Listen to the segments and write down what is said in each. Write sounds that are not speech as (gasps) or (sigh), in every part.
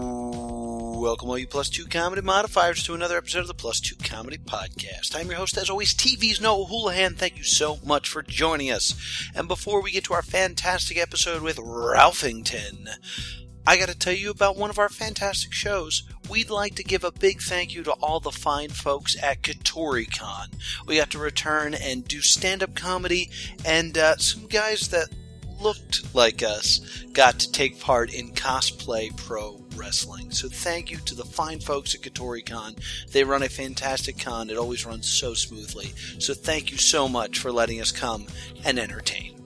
Welcome, all you plus two comedy modifiers, to another episode of the Plus Two Comedy Podcast. I'm your host, as always, TV's Noah Houlihan. Thank you so much for joining us. And before we get to our fantastic episode with Ralphington, I got to tell you about one of our fantastic shows. We'd like to give a big thank you to all the fine folks at KatoriCon. We got to return and do stand up comedy, and uh, some guys that looked like us got to take part in cosplay pro wrestling. So thank you to the fine folks at KatoriCon. They run a fantastic con. It always runs so smoothly. So thank you so much for letting us come and entertain.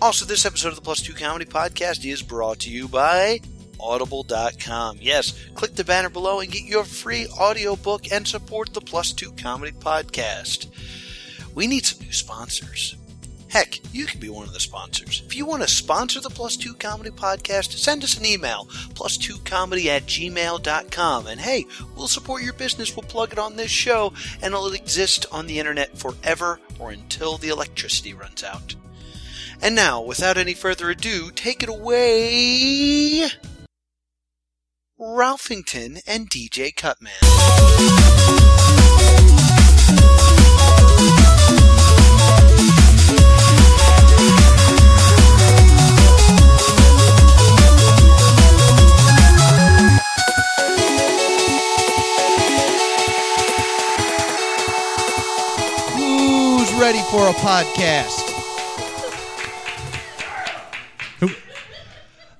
Also, this episode of the Plus Two Comedy Podcast is brought to you by audible.com. Yes, click the banner below and get your free audiobook and support the Plus Two Comedy Podcast. We need some new sponsors. Heck, you can be one of the sponsors. If you want to sponsor the Plus Two Comedy Podcast, send us an email, plus2comedy at gmail.com. And hey, we'll support your business. We'll plug it on this show, and it'll exist on the internet forever or until the electricity runs out. And now, without any further ado, take it away. Ralphington and DJ Cutman. Who's ready for a podcast? (laughs)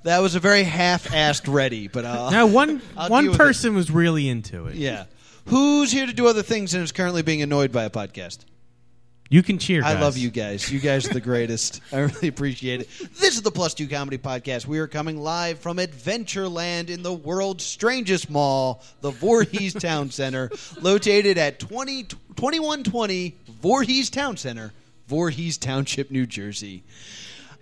That was a very half-assed ready, but uh, Now one I'll deal one with person was really into it. yeah. Who's here to do other things and is currently being annoyed by a podcast? You can cheer. I guys. love you guys. You guys (laughs) are the greatest. I really appreciate it. This is the Plus Two Comedy Podcast. We are coming live from Adventureland in the world's strangest mall, the (laughs) Voorhees Town Center, located at 20, 2120 Voorhees Town Center, Voorhees Township, New Jersey.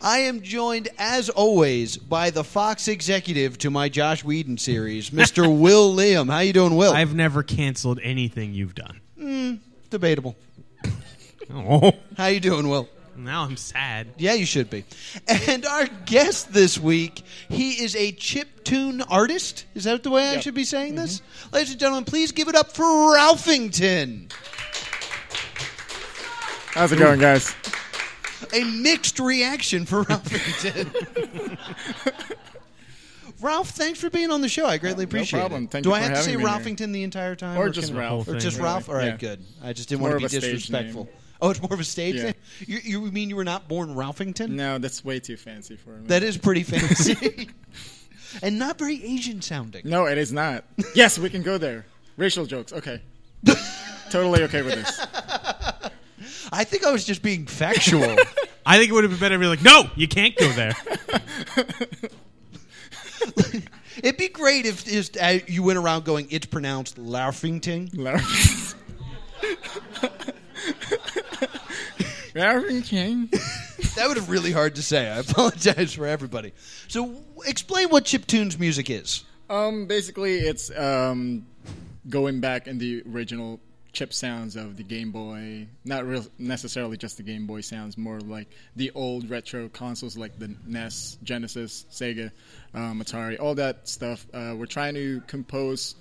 I am joined, as always, by the Fox executive to my Josh Whedon (laughs) series, Mr. Will Liam. How you doing, Will? I've never canceled anything you've done. Debatable. Oh, How you doing, Will? now I'm sad. Yeah, you should be. And our guest this week, he is a chip tune artist. Is that the way I should be saying this? Mm-hmm. Ladies and gentlemen, please give it up for Ralphington, How's it going, guys? a mixed reaction for (laughs) Ralphington. (laughs) Ralph, thanks for being on the show. I greatly appreciate problem. it. Thank Do you I for have to say having me here. Ralphington the entire time, Or just can- Ralph. or just Thing, Ralph? All really. right, Yeah. good. I just didn't more want to be of a stage disrespectful. name. Oh, it's more of a stage Yeah. name. You, you mean you were not born Ralphington? No, that's way too fancy for me. That is pretty fancy. and not very Asian sounding. no, it is (laughs) not. yes, we can go there. Racial jokes. (laughs) Okay. totally okay with (laughs) this. I think I was just being factual. I think it would have been better if you were like, no, you can't go (laughs) there. It'd be great if is, uh, you went around going, it's pronounced Laughington. (laughs) Larry- Larry King. That would have really hard to say. I apologize for everybody. So w- explain what chiptunes music is. Um, basically, it's um, going back in the original chip sounds of the Game Boy. Not real necessarily just the Game Boy sounds, more like the old retro consoles like the NES, Genesis, Sega, um, Atari, all that stuff. Uh, we're trying to compose,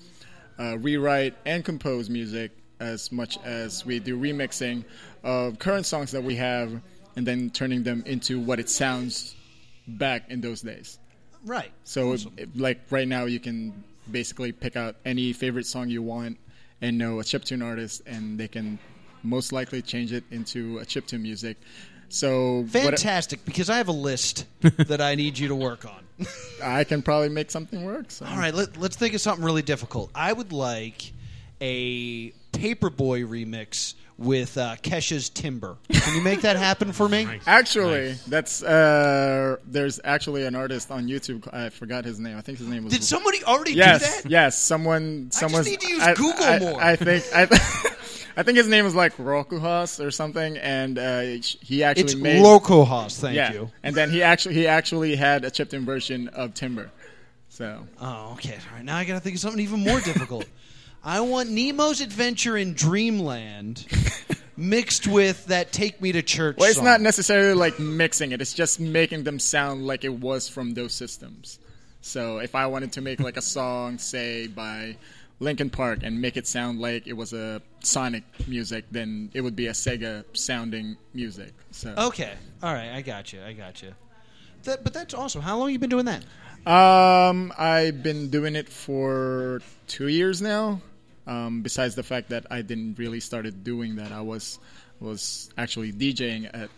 uh, rewrite, and compose music as much as we do remixing of current songs that we have and then turning them into what it sounds back in those days. Right. So, it- like right now, you can basically pick out any favorite song you want and know a chiptune artist, and they can most likely change it into a chiptune music. So, what- Fantastic, because I have (laughs) a list that I need you to work on. I can probably make something work. So. All right, let, let's think of something really difficult. I would like a Paperboy remix with uh, Kesha's Timber. Can you make that happen for me? Actually, that's uh, there's actually an artist on YouTube. ca- I forgot his name. I think his name was. Did somebody already yes, do that? yes. Someone, just someone. need to use Google I, more. I think. I, (laughs) I think his name is like Rokuhas or something, and uh, he actually It's made. Loco Hoss, thank you. And then he actually he actually had a chipped in version of Timber. So Oh, okay. All right. Now I got to think of something even more difficult. I want Nemo's Adventure in (laughs) Dreamland mixed with that Take Me to Church. well, it's song. not necessarily like mixing it. It's just making them sound like it was from those systems. So if I wanted to make like a song, say by Linkin Park, and make it sound like it was a Sonic music, then it would be a Sega sounding music. So Okay. All right. I got you. I got you. That, but that's awesome. How long you been doing that? Um, I've been doing it for two years now. Um, besides the fact that I didn't really started doing that, I was was actually DJing at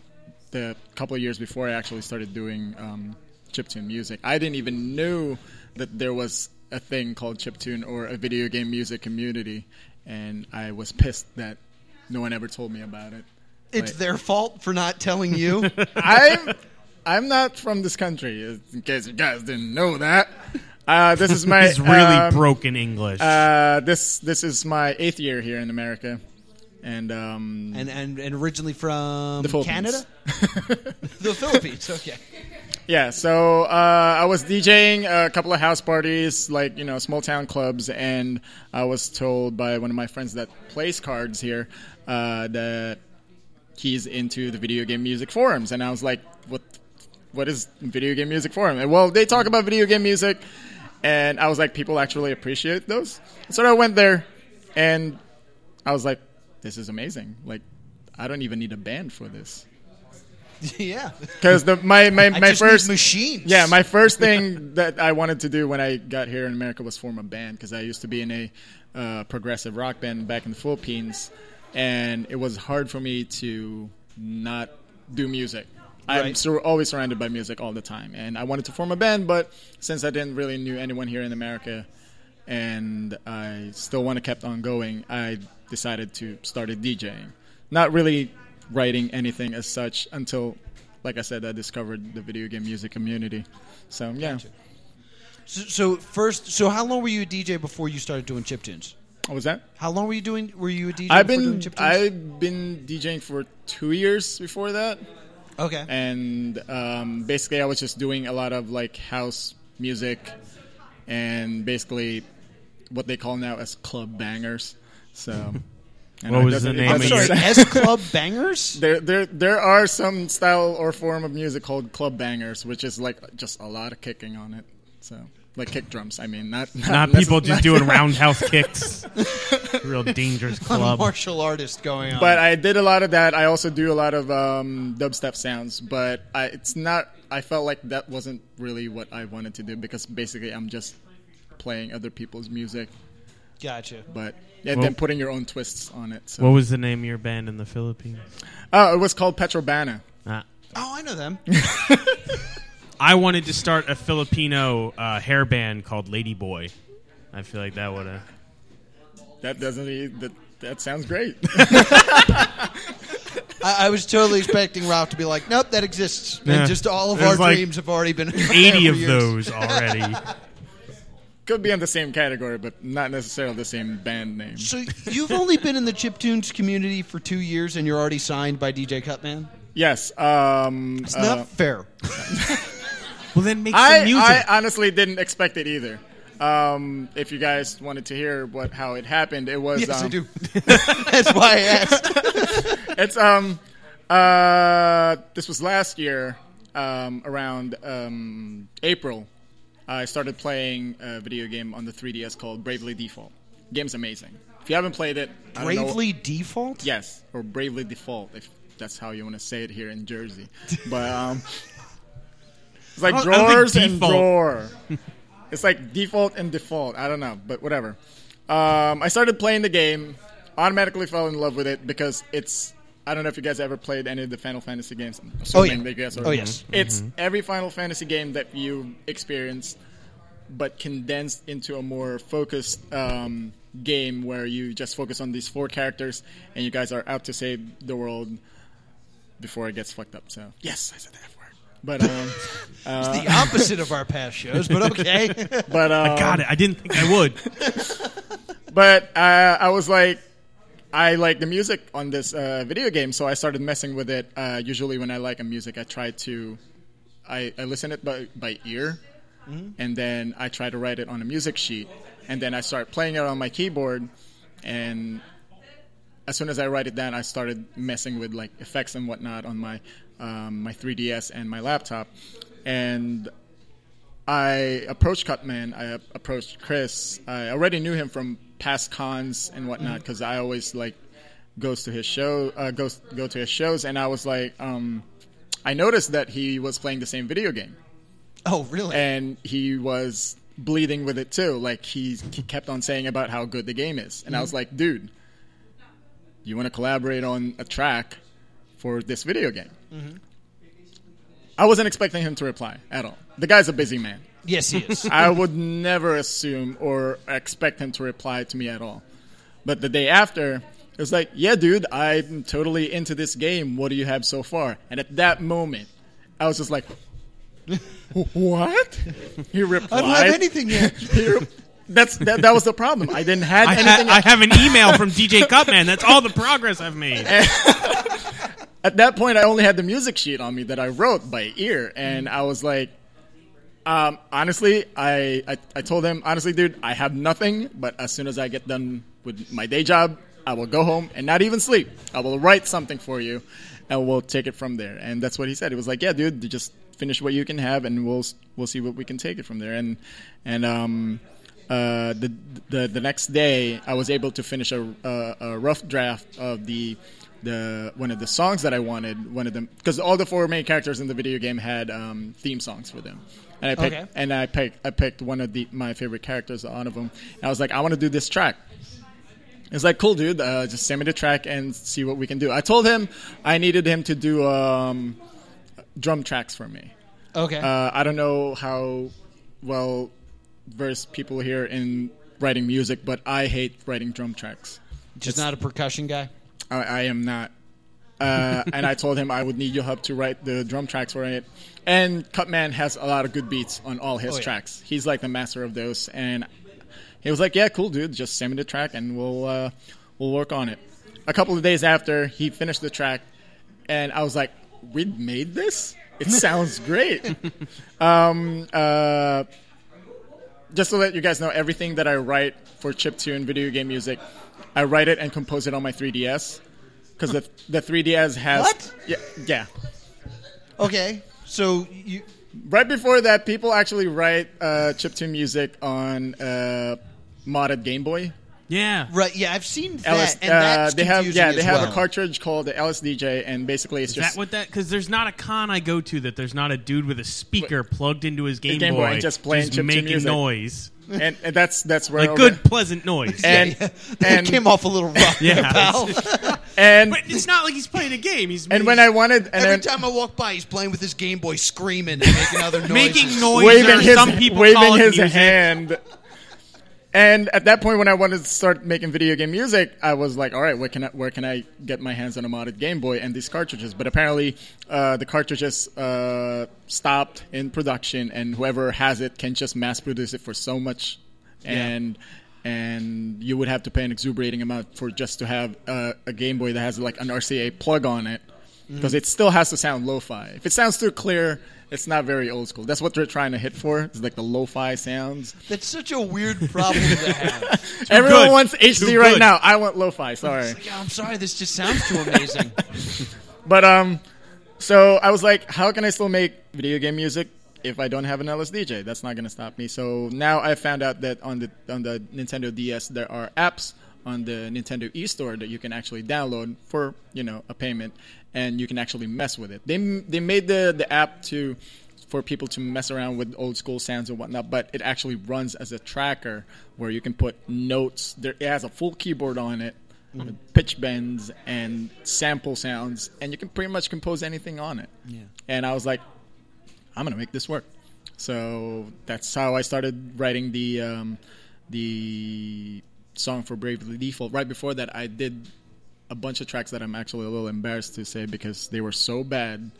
the couple of years before I actually started doing um, chiptune music. I didn't even know that there was a thing called chiptune or a video game music community, and I was pissed that no one ever told me about it. It's Like- their fault for not telling you. (laughs) I'm I'm not from this country. In case you guys didn't know that, uh, this is my He's really um, broken English. Uh, this this is my eighth year here in America, and um, and, and and originally from the Philippines. Canada, the Philippines. Okay. yeah. So uh, I was DJing a couple of house parties, like you know, small town clubs, and I was told by one of my friends that plays cards here uh, that he's into the video game music forums, and I was like, what? What is video game music forum? And well, they talk about video game music, and I was like, people actually appreciate those. So I went there, and I was like, this is amazing. Like, I don't even need a band for this (laughs) yeah. because the my my, I my just first need machines. yeah, my first thing (laughs) that I wanted to do when I got here in America was form a band because I used to be in a uh, progressive rock band back in the Philippines, and it was hard for me to not do music. I'm Right. sur- always surrounded by music all the time, and I wanted to form a band, but since I didn't really knew anyone here in America, and I still want to kept on going, I decided to start a DJing. Not really writing anything as such until, like I said, I discovered the video game music community. So yeah, So, so first, so how long were you a DJ before you started doing chip tunes? what was that? How long were you doing? Were you a DJ? I've before been doing chiptunes? I've been DJing for two years before that, okay. and um, basically I was just doing a lot of like house music, and basically what they call now as club bangers. So. (laughs) and What it was the doesn't- it name of I'm doesn't (laughs) sorry. your- sound- S Club Bangers. There, there, there are some style or form of music called club bangers, which is like just a lot of kicking on it. So, like kick drums. I mean, not not, Not necess- people just (laughs) not- doing roundhouse (laughs) kicks. Real dangerous club. (laughs) Martial artist going on. But I did a lot of that. I also do a lot of um, dubstep sounds, but I, it's not. I felt like that wasn't really what I wanted to do because basically I'm just playing other people's music, gotcha. but and Well- then putting your own twists on it. (laughs) So, What was the name of your band in the Philippines? oh, it was called Petrobana. Ah. Oh, I know them. I wanted to start a Filipino uh, hair band called Lady Boy. I feel like (laughs) that would have. That doesn't. e- That that sounds great. (laughs) I, I was totally expecting Ralph to be like, "Nope, that exists," Yeah. and just all of There's our like dreams have already been (laughs) 80 of for years. those (laughs) already. Could be in the same category, but not necessarily the same band name. So you've only been in the chiptunes community for two years, and you're already signed by DJ Cutman. Yes. Um, It's uh, not fair. well, then make some I, music. I honestly didn't expect it either. Um, if you guys wanted to hear what how it happened, it was. Yes, um, I do. (laughs) That's why I asked. It's um, uh, this was last year um, around um, April. I started playing a video game on the 3DS called Bravely Default. Game's amazing. If you haven't played it, I don't know- Bravely default. Yes, or Bravely Default, if that's how you want to say it here in Jersey. But (laughs) um, it's like I don't- I don't think drawers and default- (laughs) drawer. it's like default and default. I don't know, but whatever. Um, I started playing the game, automatically fell in love with it because it's. I don't know if you guys ever played any of the Final Fantasy games. I'm assuming yeah. that you guys are- Oh, yes. Mm-hmm. It's every Final Fantasy game that you experienced but condensed into a more focused um, game where you just focus on these four characters and you guys are out to save the world before it gets fucked up. So yes, I said that word. But um, It's Uh, the opposite of our past (laughs) shows, but okay. but um, Got it. (laughs) I didn't think I (laughs) would. but uh, I was like, I like the music on this uh, video game, so I started messing with it. Uh, usually, when I like a music, I try to, I, I listen it by by ear, and then I try to write it on a music sheet, and then I start playing it on my keyboard, and as soon as I write it down, I started messing with like effects and whatnot on my um, my 3ds and my laptop, and I approached Cutman. I ap- approached Chris. I already knew him from past cons and whatnot because I always like goes to his show, uh, goes go to his shows, and I was like, um, I noticed that he was playing the same video game (laughs) Oh, really? and he was bleeding with it too. Like he, he kept on saying about how good the game is, and I was like, dude, you want to collaborate on a track for this video game? I wasn't expecting him to reply at all. The guy's a busy man. yes, he is. I would never assume or expect him to reply to me at all. But the day after, it was like, yeah, dude, I'm totally into this game. What do you have so far? And at that moment, I was just like, what? He replied. I don't have anything yet. (laughs) He re- that's that, that was the problem. I didn't have I, ha- anything. I have an email from (laughs) DJ Cutman. That's all the progress I've made. Eh. at that point, I only had the music sheet on me that I wrote by ear, and I was like, um, honestly, I, I I told him honestly, dude, I have nothing. But as soon as I get done with my day job, I will go home and not even sleep. I will write something for you, and we'll take it from there. And that's what he said. It was like, yeah, dude, just finish what you can have, and we'll we'll see what we can take it from there. And and um. Uh, the, the the next day, I was able to finish a, a, a rough draft of the the one of the songs that I wanted, one of them, because all the four main characters in the video game had um, theme songs for them, and I picked Okay. and I picked I picked one of the my favorite characters, one of them, and I was like, I want to do this track. It's like, cool, dude. Uh, just send me the track and see what we can do. I told him I needed him to do um, drum tracks for me. (laughs) okay. Uh, I don't know how well versed people here in writing music, but I hate writing drum tracks. Just not a percussion guy. I, I am not. (laughs) Uh, and I told him I would need your help to write the drum tracks for it. And Cutman has a lot of good beats on all his Oh, yeah. tracks. He's like the master of those. And he was like, "Yeah, cool, dude. Just send me the track, and we'll uh, we'll work on it." A couple of days after he finished the track, and I was like, "We made this. It sounds great." um, uh, just to let you guys know, everything that I write for chiptune video game music, I write it and compose it on my 3DS because the the 3DS has What? yeah yeah. Okay. So you Right before that, people actually write uh, chiptune music on uh, modded Game Boy. Yeah. right? Yeah, I've seen that, LS, and uh, that's they have confusing yeah they as have well. a cartridge called the LSDJ and basically it's Is just that what that? Because there's not a con I go to that there's not a dude with a speaker plugged into his Game, Game Boy and just playing chiptune making music. noise, and, and that's that's where like all good the- pleasant noise. (laughs) and It (laughs) and came off a little (laughs) rough, Yeah. (laughs) yeah, pal. (laughs) and but it's not like he's playing a game. He's and when I wanted and Every then time I walk by, he's playing with his Game Boy, screaming and making other noises. making noise, waving his (laughs) some people call waving it his music. hand. And at that point, when I wanted to start making video game music, I was like, "All right, where can I where can I get my hands on a modded Game Boy and these cartridges?" But apparently, uh, the cartridges uh, stopped in production, and whoever has it can just mass produce it for so much, and and you would have to pay an exuberating amount for just to have uh, a Game Boy that has like an RCA plug on it, because it still has to sound lo-fi. If it sounds too clear, it's not very old school. That's what they're trying to hit for. It's like the lo-fi sounds. That's such a weird problem (laughs) to have. Everyone good. wants Too HD right good. now. I want lo-fi. Sorry, Like, I'm sorry, this just sounds too (laughs) amazing. Uh, but um, so I was like, how can I still make video game music if I don't have an LSDJ? That's not gonna stop me. So now I found out that on the on the Nintendo DS there are apps on the Nintendo eStore that you can actually download for you know a payment, and you can actually mess with it. They they made the the app to for people to mess around with old school sounds and whatnot, but it actually runs as a tracker where you can put notes. There, it has a full keyboard on it, with Mm-hmm. pitch bends and sample sounds, and you can pretty much compose anything on it. Yeah. And I was like, I'm gonna make this work. So that's how I started writing the um, the song for Bravely Default. Right before that, I did a bunch of tracks that I'm actually a little embarrassed to say because they were so bad.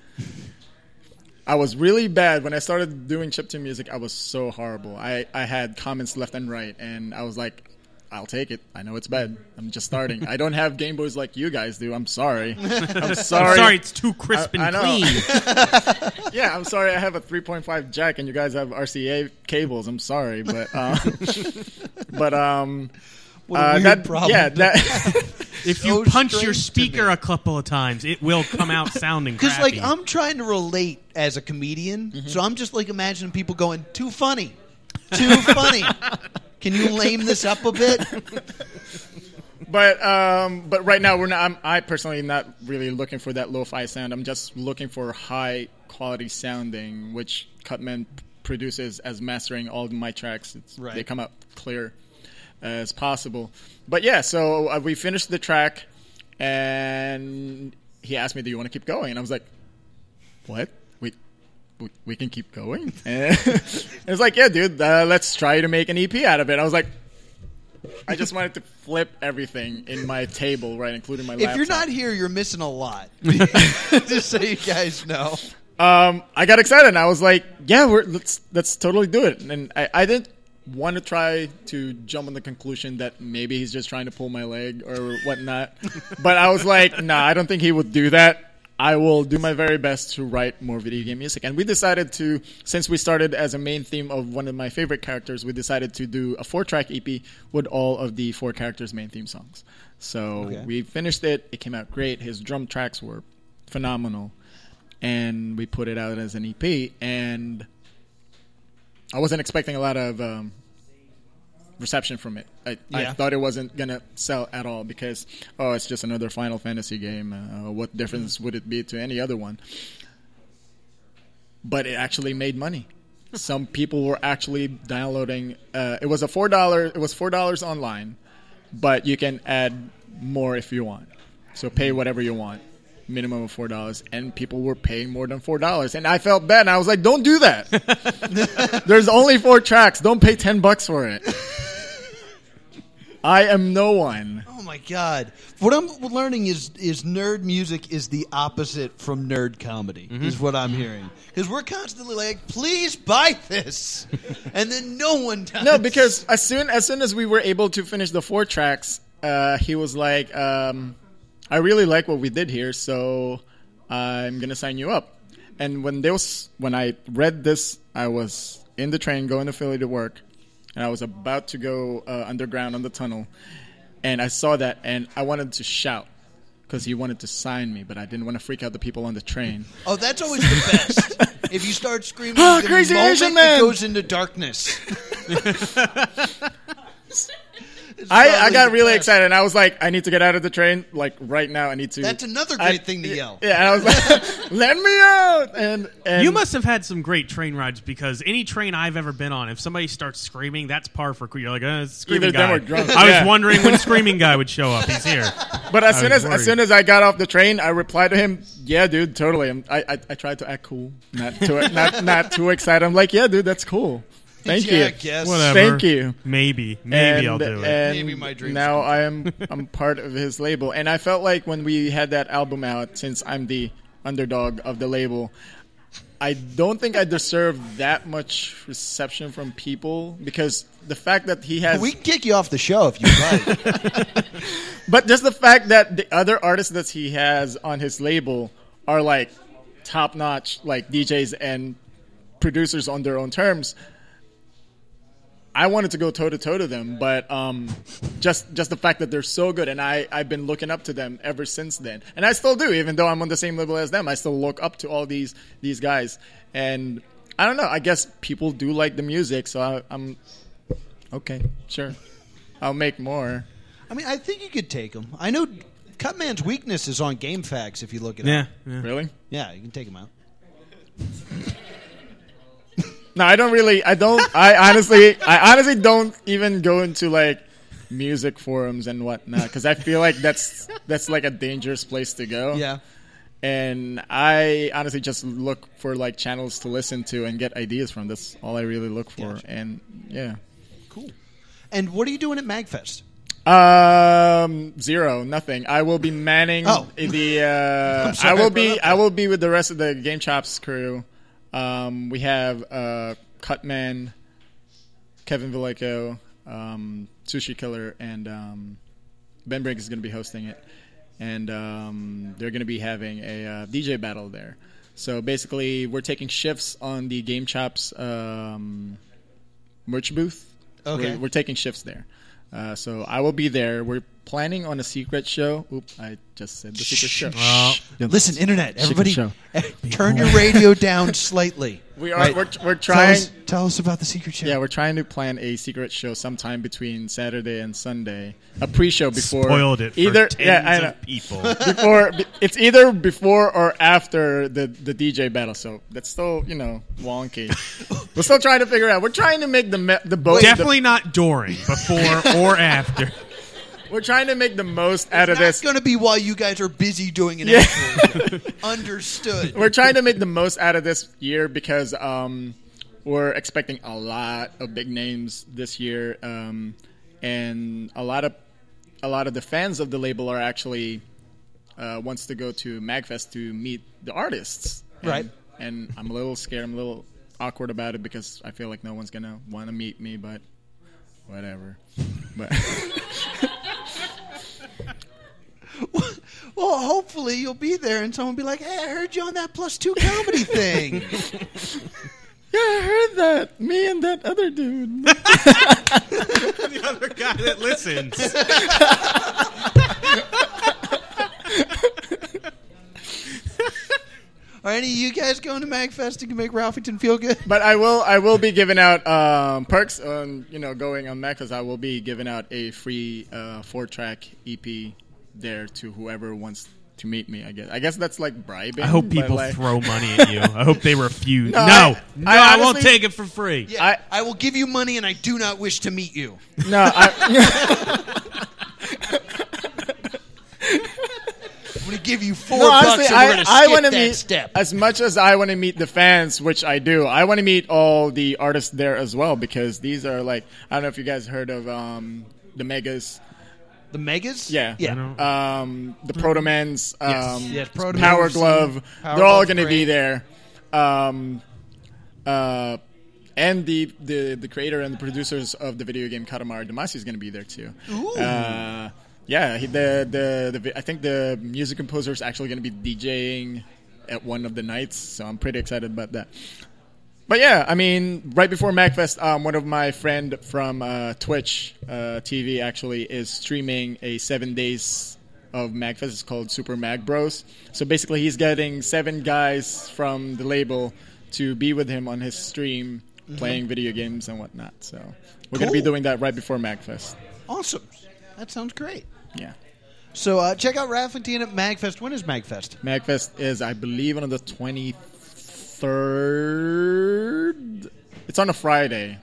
I was really bad when I started doing chiptune music. I was so horrible. I, I had comments left and right, and I was like, I'll take it. I know it's bad. I'm just starting. I don't have Game Boys like you guys do. I'm (laughs) sorry. I'm (laughs) sorry. I'm sorry, it's too crisp (laughs) I and know. clean. (laughs) Yeah, I'm sorry. I have a 3.5 jack, and you guys have RCA cables. I'm sorry, (laughs) but um, but um, What a uh, weird that problem. (laughs) yeah that If you so punch your strange to me. speaker a couple of times, it will come out (laughs) sounding Because like crappy. I'm trying to relate as a comedian, Mm-hmm. so I'm just like imagining people going too funny, (laughs) too funny. Can you lame this up a bit? But um, but right now we're not. I'm, I personally am not really looking for that lo-fi sound. I'm just looking for high quality sounding, which Cutman p- produces as mastering all of my tracks. It's, Right. They come out clear as possible. But yeah, so uh, we finished the track, and he asked me, "Do you want to keep going?" And I was like, "What? We we, we can keep (laughs) going." (laughs) And it's like, "Yeah, dude, uh, let's try to make an EP out of it." I was like. I just wanted to flip everything in my table, right, including my If laptop. you're not here, you're missing a lot. (laughs) (laughs) just so you guys know. um, I got excited. and I was like, "Yeah, we're let's let's totally do it." And I, I didn't want to try to jump on the conclusion that maybe he's just trying to pull my leg or whatnot. but I was like, "Nah, I don't think he would do that." I will do my very best to write more video game music. And we decided to, since we started as a main theme of one of my favorite characters, we decided to do a four track EP with all of the four characters' main theme songs. So Okay. we finished it. It came out great. His drum tracks were phenomenal and we put it out as an EP. And I wasn't expecting a lot of um, reception from it. I, Yeah. I thought it wasn't gonna sell at all because oh, it's just another Final Fantasy game. Uh, what difference would it be to any other one? But it actually made money. Some people were actually downloading. Uh, it was a four dollar. It was four dollars online, but you can add more if you want. So pay whatever you want, minimum of four dollars. And people were paying more than four dollars, and I felt bad. And I was like, "Don't do that. There's only four tracks. Don't pay ten bucks for it." I am no one. Oh my god! What I'm learning is is nerd music is the opposite from nerd comedy. Mm-hmm. Is what I'm hearing because we're constantly like, please buy (laughs) this, and then no one does. No, because as soon as soon as we were able to finish the four tracks, uh, he was like, um, "I really like what we did here, so I'm gonna sign you up." And when those when I read this, I was in the train going to Philly to work, and I was about to go uh, underground on the tunnel, and I saw that, and I wanted to shout because he wanted to sign me, but I didn't want to freak out the people on the train. oh, that's always the best. if (laughs) you start screaming, Ah, the crazy moment Asian it man! goes (laughs) into darkness. I, I got probably really depressed. excited and I was like, I need to get out of the train like right now. I need to. That's another I- great thing to yell. Yeah, and I was like, (laughs) let me out. And, and you must have had some great train rides because any train I've ever been on, if somebody starts screaming, that's par for you're like, uh, it's screaming Either them guy. or drunk. I Yeah. was wondering when screaming guy would show up. He's (laughs) here. But as I soon was as worried. as soon as I got off the train, I replied to him, "Yeah, dude, totally." I'm, I, I I tried to act cool, not too (laughs) not not too excited. I'm like, "Yeah, dude, that's cool. Thank yeah, you." I guess. Whatever. Thank you. Maybe, maybe And- uh, I'll do it. and Maybe my dreams Now I am I'm part of his label, and I felt like when we had that album out, since I'm the underdog of the label, I don't think I deserve that much reception from people because the fact that he has, We can kick you off the show if you like. (laughs) but just the fact that the other artists that he has on his label are like top notch, like DJs and producers on their own terms. I wanted to go toe to toe to them, but um, just just the fact that they're so good, and I I've been looking up to them ever since then, and I still do, even though I'm on the same level as them. I still look up to all these these guys, and I don't know. I guess people do like the music, so I, I'm okay. Sure, I'll make more. I mean, I think you could take them. I know Cutman's weakness is on game facts. If you look it Yeah, up, yeah. Really? yeah, you can take him out. No, I don't really. I don't. I honestly, I honestly don't even go into like music forums and whatnot because I feel like that's that's like a dangerous place to go. Yeah. And I honestly just look for like channels to listen to and get ideas from. That's all I really look for. Gotcha. And yeah. Cool. And what are you doing at Magfest? Um, zero, nothing. I will be manning Oh. (laughs) the. Uh, sorry I I will brought be. up I will be with the rest of the Game Chops crew. Um, we have uh, Cutman, Kevin Villeco, um, Sushi Killer, and um, Ben Brink is going to be hosting it, and um, they're going to be having a uh, DJ battle there. So basically, we're taking shifts on the Game Chops um, merch booth. Okay. We're, we're taking shifts there. Uh, so I will be there. We're planning on a secret show. Oop, I just said the secret show. Well, Don't- Listen, internet, everybody, eh, show. turn your radio down slightly. (laughs) we are Right. we're, we're Tell trying. us- tell us about the secret show. Yeah, we're trying to plan a secret show sometime between Saturday and Sunday. A pre-show before spoiled it for either tens yeah, I know. of people. (laughs) (laughs) before it's either before or after the the DJ battle, so that's still you know wonky. We're still trying to figure out. We're trying to make the me- the boat. Definitely not during, before or after. we're trying to make the most out of That's this. going to be while you guys are busy doing an actual (laughs) (laughs) show. Understood. we're trying to make the most out of this year because um, we're expecting a lot of big names this year, um, and a lot of a lot of the fans of the label are actually uh, wants to go to Magfest to meet the artists. And- Right. And I'm a little scared. I'm a little awkward about it because I feel like no one's gonna want to meet me, but whatever. But (laughs) Well, hopefully you'll be there and someone will be like, hey, I heard you on that plus two (laughs) comedy thing. yeah, I heard that. Me and that other (laughs) dude. the other guy that listens. are any of you guys going to MagFest and can make Ralphington feel good? But I will I will be giving out um, perks on you know going on Mac because I will be giving out a free uh, four track EP there to whoever wants to meet me. I guess I guess that's like bribing. I hope but, people like- throw money at you. I hope (laughs) they refuse. No, No, no, I- I, I won't honestly- take it for free. Yeah, I, will give you money and I do not wish to meet you. No, (laughs) I, I'm going to give you four no honestly, bucks and we're I, going to I skip want to that meet step. as much as I want to meet the fans, which I do. I want to meet all the artists there as well because these are like I don't know if you guys heard of um, the Megas. the Megas? Yeah. I Yeah. don't- um, the Protomans, um, Yes, Proto Power Man's, Glove. Power they're all Glove's going to be great. there. Um, uh, and the, the the creator and the producers of the video game Katamari Damacy is going to be there too. Uh, yeah, he, the, the the vi- I think the music composer is actually going to be DJing at one of the nights, so I'm pretty excited about that. But yeah, I mean, right before MacFest, um, one of my friend from uh, Twitch uh, TV actually is streaming a seven days of MacFest. It's called Super Mag Bros. So basically, he's getting seven guys from the label to be with him on his stream, playing video games and whatnot. So we're gonna be Cool. doing that right before MacFest. Awesome. That sounds great. Yeah, So uh, check out Ralphington at MagFest. When is MagFest? MacFest is, I believe, on the twenty third. It's on a Friday.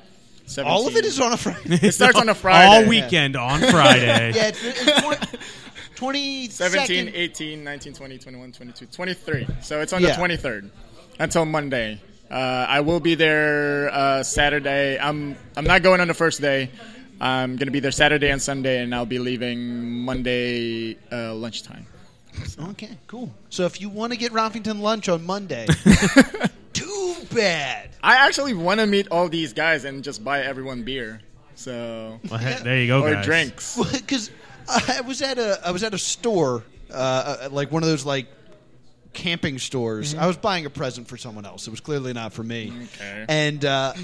All of 17. it is on a Friday. It starts on a Friday. (laughs) All weekend on (laughs) Friday. (laughs) yeah, it's, it's (laughs) 20, 17, 22nd. 18, 19, 20, 21, 22, 23. So it's on Yeah. the 23rd until Monday. Uh, I will be there uh, Saturday. I'm I'm not going on the first day. I'm going to be there Saturday and Sunday, and I'll be leaving Monday uh, lunchtime. Okay, cool. So if you want to get Roffington lunch on (laughs) Monday, too bad. I actually want to meet all these guys and just buy everyone beer. So Well, he- there you go, or Oh, guys. drinks. Because I was at a I was at a store, uh, uh, like one of those like camping stores. Mm-hmm. I was buying a present for someone else. It was clearly not for me. Okay. And uh,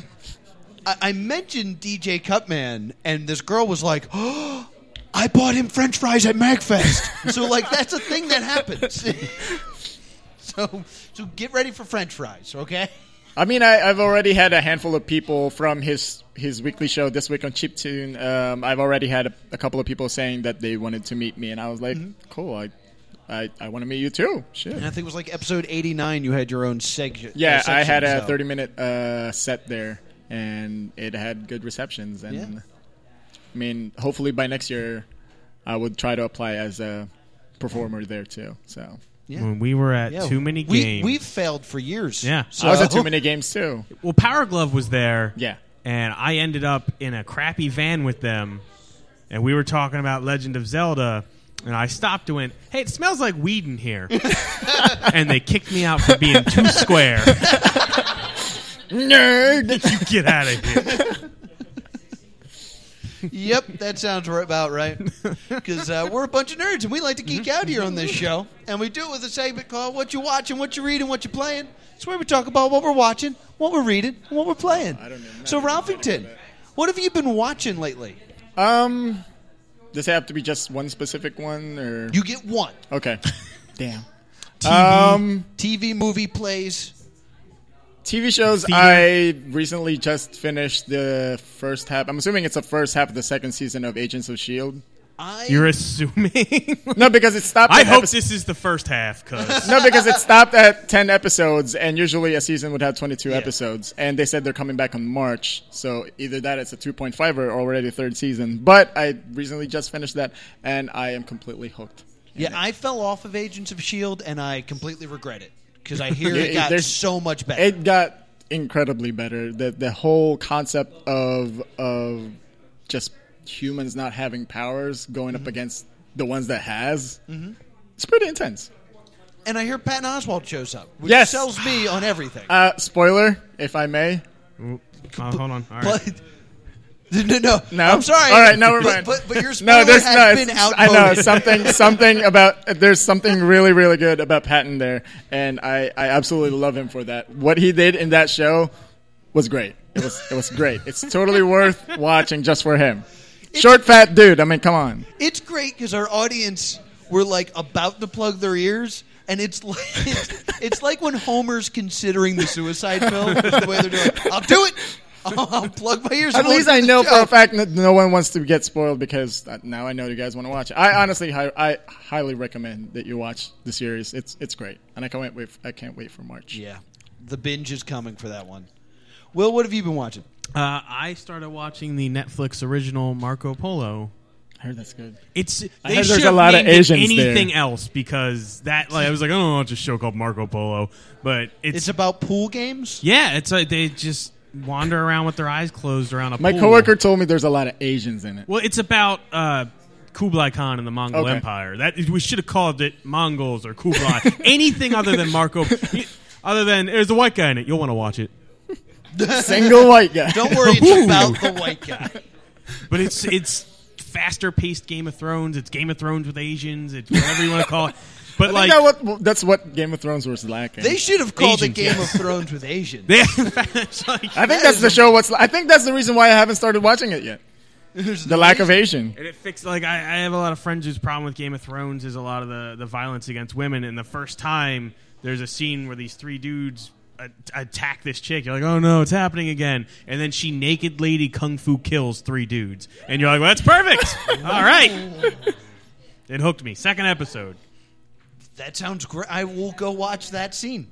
I, I mentioned DJ Cutman, and this girl was like, (gasps) "Oh, I bought him French fries at (laughs) Magfest." so like that's a thing that happens. (laughs) so so get ready for French fries, okay? I mean, I, I've already had a handful of people from his his weekly show this week on Chiptune. Um, I've already had a, a couple of people saying that they wanted to meet me, and I was like, cool, I, I, I want to meet you too. Shit. And I think it was like episode 89 you had your own seg- uh, Yeah, section. I had a so. 30 minute uh, set there, and it had good receptions. And Yeah. I mean, hopefully by next year, I would try to apply as a performer there too. So When we were at Yeah. too many we, games. We've failed for years. Yeah. Oh, So, I was at too many games too. well, Power Glove was there. Yeah. And I ended up in a crappy van with them. And we were talking about Legend of Zelda. And I stopped and went, hey, it smells like weed in here. and they kicked me out for being too square. Nerd. you get out of here. (laughs) Yep, that sounds ri- (laughs) about right. Because uh, we're a bunch of nerds and we like to geek out here on this Mm-hmm. show. And we do it with a segment called What You Watching, What You Reading, What You Playing. It's where we talk about what we're watching, what we're reading, and what we're playing. don't know. So, Ralphington, what have you been watching lately? um, (laughs) Does it have to be just one specific one, or You get one okay? Damn. TV, (laughs) Um, TV movie plays. TV shows. I recently just finished the first half. I'm assuming it's the first half of the second season of Agents of (laughs) Shield. I You're assuming. E No, because it stopped. I at hope episode- this is the first half, (laughs) cause No, because it stopped at 10 episodes, and usually a season would have 22 episodes. And they said they're coming back in March. So either that, it's a 2.5 or already a third season. But I recently just finished that, and I am completely hooked. yeah, I fell off of Agents of Shield and I completely regret it because (laughs) I hear it Yeah, got there's- so much better. It got incredibly better. The, the whole concept of, of just humans not having powers going up against the ones that has, it's pretty intense. and I hear Patton Oswald shows up, which Yes. sells me on everything. Uh, spoiler, if I may. oh, hold on. All right. but (laughs) no, no, No? I'm sorry. All right, never But- mind. But, (laughs) but, your spoiler has been it's- outvoted. I know (laughs) something. Something about there's something really, really good about Patton there, and I, I absolutely love him for that. What he did in that show was great. It was it was great. It's totally worth watching just for him. Short, fat dude. I mean, come on. It's great because our audience were like about to plug their ears. And it's like (laughs) it's, it's like when Homer's considering the suicide pill. the way they're doing, it. I'll do it. I'll, I'll plug my ears. At and least listen I to know the for a show. fact that no one wants to get spoiled because uh, now I know you guys want to watch it. I honestly, hi- I highly recommend that you watch the series. It's it's great, and I can't wait. I can't wait for March. Yeah, the binge is coming for that one. Will, what have you been watching? Uh, I started watching the Netflix original Marco Polo. I heard that's good. It's they heard there's should a lot of have named it Asians there. anything else because that like I was like I don't watch a show called Marco Polo, but it's, It's about pool games. yeah, it's like they just wander around with their eyes closed around a My pool. coworker told me there's a lot of Asians in it. Well, it's about uh, Kublai Khan and the Mongol Okay. Empire. That we should have called it Mongols or Kublai. (laughs) Anything other than Marco, other than there's a white guy in it. You'll want to watch it, Single white guy. Don't worry, it's about the (laughs) white guy. but it's it's faster paced Game of Thrones. It's Game of Thrones with Asians. It's whatever you want to call it. But I like think that what, that's what Game of Thrones was lacking. They should have called Asians, it Game yes. of Thrones with (laughs) Asians. (laughs) they, (laughs) it's like- I think that that's is the a- show. What's I think that's the reason why I haven't started watching it yet. The lack of Asian. And it fixed like I, I have a lot of friends whose problem with Game of Thrones is a lot of the, the violence against women. And the first time there's a scene where these three dudes a- attack this chick, you're like, oh no, it's happening again. And then she naked lady kung fu kills three dudes, and you're like, well, that's perfect. All right, it hooked me. Second episode. That sounds great. I will go watch that scene.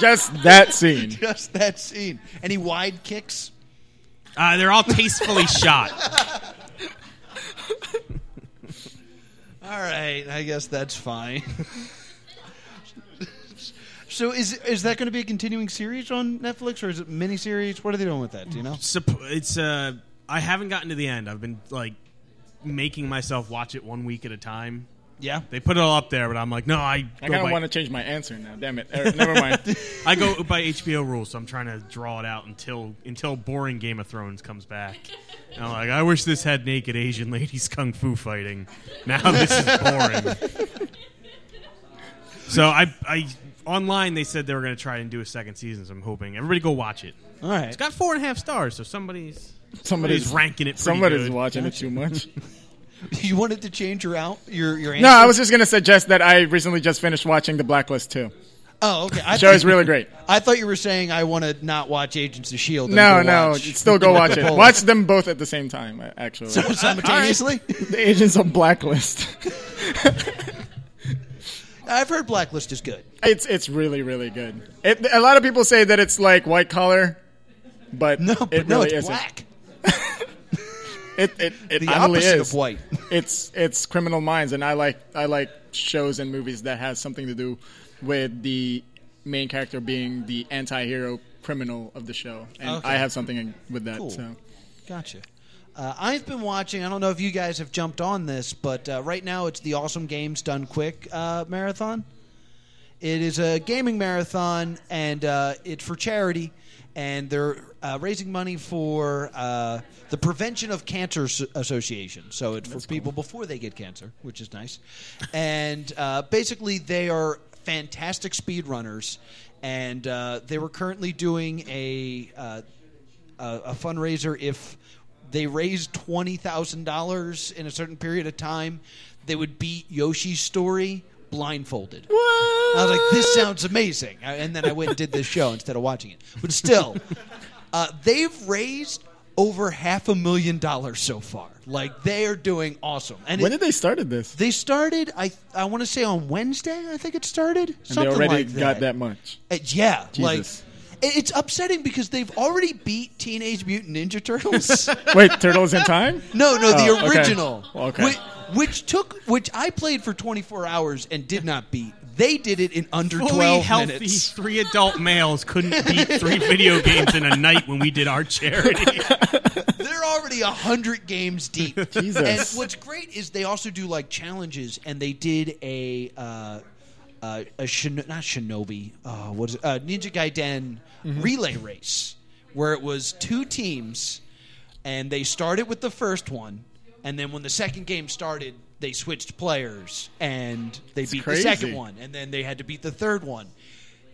Just that scene. (laughs) Just that scene. Any wide kicks? Uh, they're all tastefully shot. All right, I guess that's fine. (laughs) so is is that going to be a continuing series on Netflix or is it miniseries? What are they doing with that? Do you know? Sup- It's uh, I haven't gotten to the end. I've been like making myself watch it one week at a time. Yeah. They put it all up there, but I'm like, no, I. I go kind of by- want to change my answer now. Damn it. Er, Never mind. I go by HBO rules, so I'm trying to draw it out until until boring Game of Thrones comes back. And I'm like, I wish this had naked Asian ladies kung fu fighting. Now this is boring. so I, I online they said they were going to try and do a second season. So I'm hoping everybody go watch it. All right. It's got four and a half stars, so somebody's Somebody's somebody's ranking it. pretty Somebody's good. watching it too much. (laughs) You wanted to change your out your your answer? No, I was just gonna suggest that I recently just finished watching The Blacklist too. Oh, okay. I Show thought- is really great. (laughs) I thought you were saying I want to not watch Agents of Shield. and No, go no, watch still go watch it. Marco Polo. Watch (laughs) them both at the same time. uh, Actually, simultaneously. (laughs) the Agents of Blacklist. I've heard Blacklist is good. (laughs) It's it's really really good. It, a lot of people say that it's like white collar, but No, but it no, really it's isn't. black. It it, it The honestly opposite is. of white. It's it's Criminal Minds, and I like I like shows and movies that has something to do with the main character being the anti-hero criminal of the show, and Okay. I have something in, with that. Cool. So Gotcha. Uh, I've been watching. I don't know if you guys have jumped on this, but uh, right now it's the Awesome Games Done Quick uh, marathon. It is a gaming marathon, and uh, it's for charity, and they're uh, raising money for uh, the Prevention of Cancer S- Association. So it's for people before they get cancer, which is nice. and uh, basically, they are fantastic speedrunners, and uh, they were currently doing a. Uh, a, a fundraiser if They raised twenty thousand dollars in a certain period of time. They would beat Yoshi's Story blindfolded. What? I was like, this sounds amazing. I- And then I went and did this show instead of watching it. But still, uh, they've raised over half a million dollars so far. Like they are doing awesome. And When it- did they started this? they started, I I want to say on Wednesday. I think it started. And they Something already like got that much. Uh, yeah, Jesus. like it- it's upsetting because they've already beat Teenage Mutant Ninja (laughs) Turtles. Wait, Turtles in Time? (laughs) No, no, Oh, the okay. original. Okay. Which, which took, which I played for 24 hours and did not beat. They did it in under Fully 12 healthy minutes. three adult males couldn't beat three video games in a night when we did our charity. They're already 100 games deep. Jesus. And what's great is they also do like challenges, and they did a uh, uh, a shin- not shinobi, uh, what is it? Uh, Ninja Gaiden relay race, where it was two teams, and they started with the first one, and then when the second game started, they switched players, and they beat crazy. the second one, and then they had to beat the third one.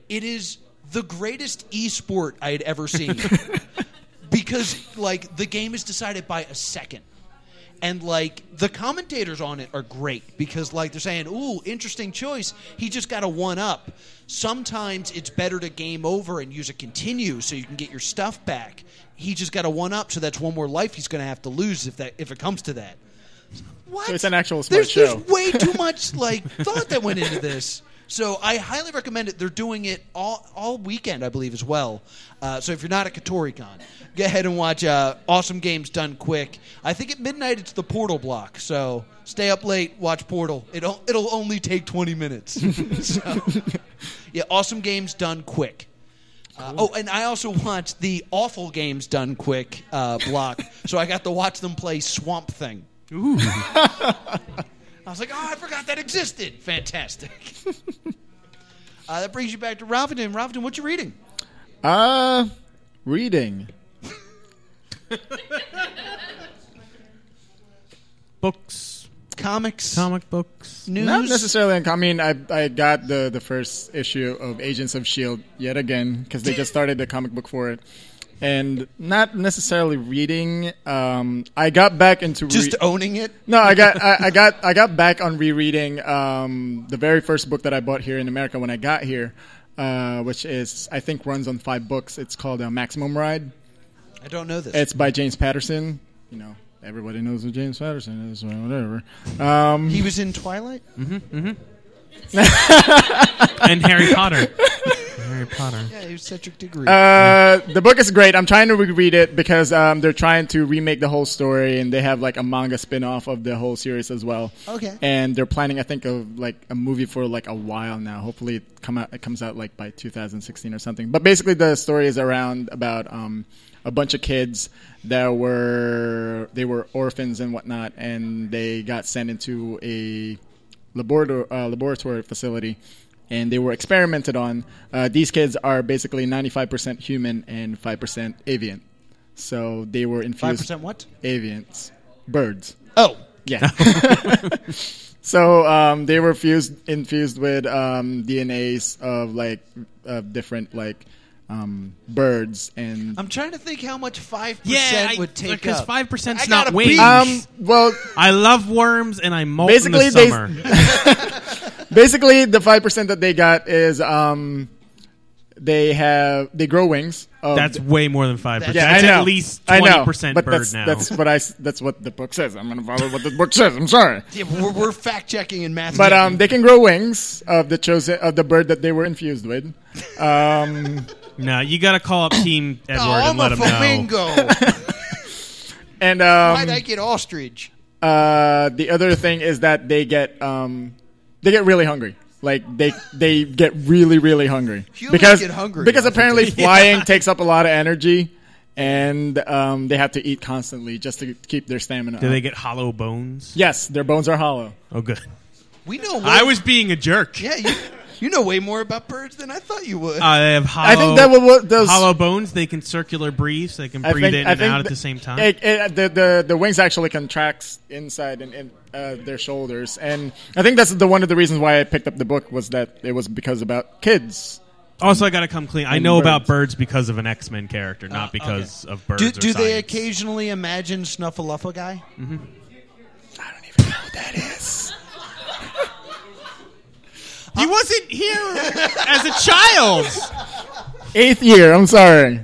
It is the greatest esport I had ever seen. because like the game is decided by a second and like the commentators on it are great because like they're saying ooh interesting choice he just got a one up sometimes it's better to game over and use a continue so you can get your stuff back he just got a one up so that's one more life he's going to have to lose if that if it comes to that what So it's an actual smart there's, show. there's (laughs) way too much like thought that went into this so I highly recommend it. They're doing it all all weekend, I believe, as well. Uh, so if you're not at KatoriCon, go ahead and watch uh, Awesome Games Done Quick. I think at midnight it's the Portal block, so stay up late, watch Portal. It'll it'll only take 20 minutes. (laughs) so, yeah, Awesome Games Done Quick. Uh, oh, and I also watched the Awful Games Done Quick uh, block, so I got to watch them play Swamp Thing. I was like, oh, I forgot that existed. Fantastic. (laughs) uh, that brings you back to Ravenden. Ravenden, what you reading? Uh, reading. books, Comics, comic books. news. Not necessarily. in- I mean, I I got the the first issue of Agents of Shield E yet again because they just started the comic book for it, and not necessarily reading. Um, I got back into re- Just owning it. no, I got I, I got I got back on rereading um the very first book that I bought here in America when I got here, uh, which is I think runs on five books. It's called uh, Maximum Ride. I don't know this. It's by James Patterson. You know, everybody knows who James Patterson is, or whatever. Um, he was in Twilight. and Harry Potter. Harry Potter. Yeah, he was Cedric Diggory. Uh, the book is great. I'm trying to reread it because um, they're trying to remake the whole story, and they have like a manga spin-off of the whole series as well. Okay. And they're planning, I think, of like a movie for like a while now. Hopefully, it come out. It comes out like by 2016 or something. But basically, the story is around about um, a bunch of kids that were they were orphans and whatnot, and they got sent into a laborator, uh, laboratory facility and they were experimented on. Uh, these kids are basically 95% human and 5% avian. So they were Five infused. percent what? Avians. Birds. Oh, Yeah. so um, they were fused, infused with um, DNAs of like of different like um, birds and. Um, I'm trying to think how much five Yeah, percent would take because up. five percent's I not gotta wings. pee. Um, well, I love worms and I molt Basically, in the they- summer. basically the five percent that they got is um, they have they grow wings. (laughs) Of that's way more than five percent. (laughs) (laughs) Yeah, that's I know. at least I know, twenty percent but bird that's, now. That's what I. s- That's what the book says. I'm going to follow what the (laughs) book says. I'm sorry, Yeah, we're, we're fact checking in math. but um, they can grow wings of the chosen of the bird that they were infused with. Um, no, you got to call up (laughs) Team Edward oh, and I'm let a them know. flamingo. and Why'd I um, get ostrich? uh, the other thing is that they get um, they get really hungry. Like they they get really really hungry Humans because get hungry, because I think. (laughs) apparently flying takes up a lot of energy. And um, they have to eat constantly just to keep their stamina. Do up. they get hollow bones? yes, their bones are hollow. Oh, good. We know. Way, I was being a jerk. (laughs) Yeah, you, you know way more about birds than I thought you would. Uh, they have hollow. I think that what, what those hollow bones. They can circular breathe. So they can I breathe think- in I and think out at th- the same time. It, it, the, the the wings actually contracts inside and, and uh, their shoulders, and I think that's the one of the reasons why I picked up the book was that it was because about kids Also, I got to come clean. I And know about birds. Oh, birds because of an X Men character, not okay. because of birds. Do, or do they science. occasionally imagine Snuffleupagus guy? I don't even know what that is. He wasn't here as a (laughs) child. Eighth year. I'm sorry.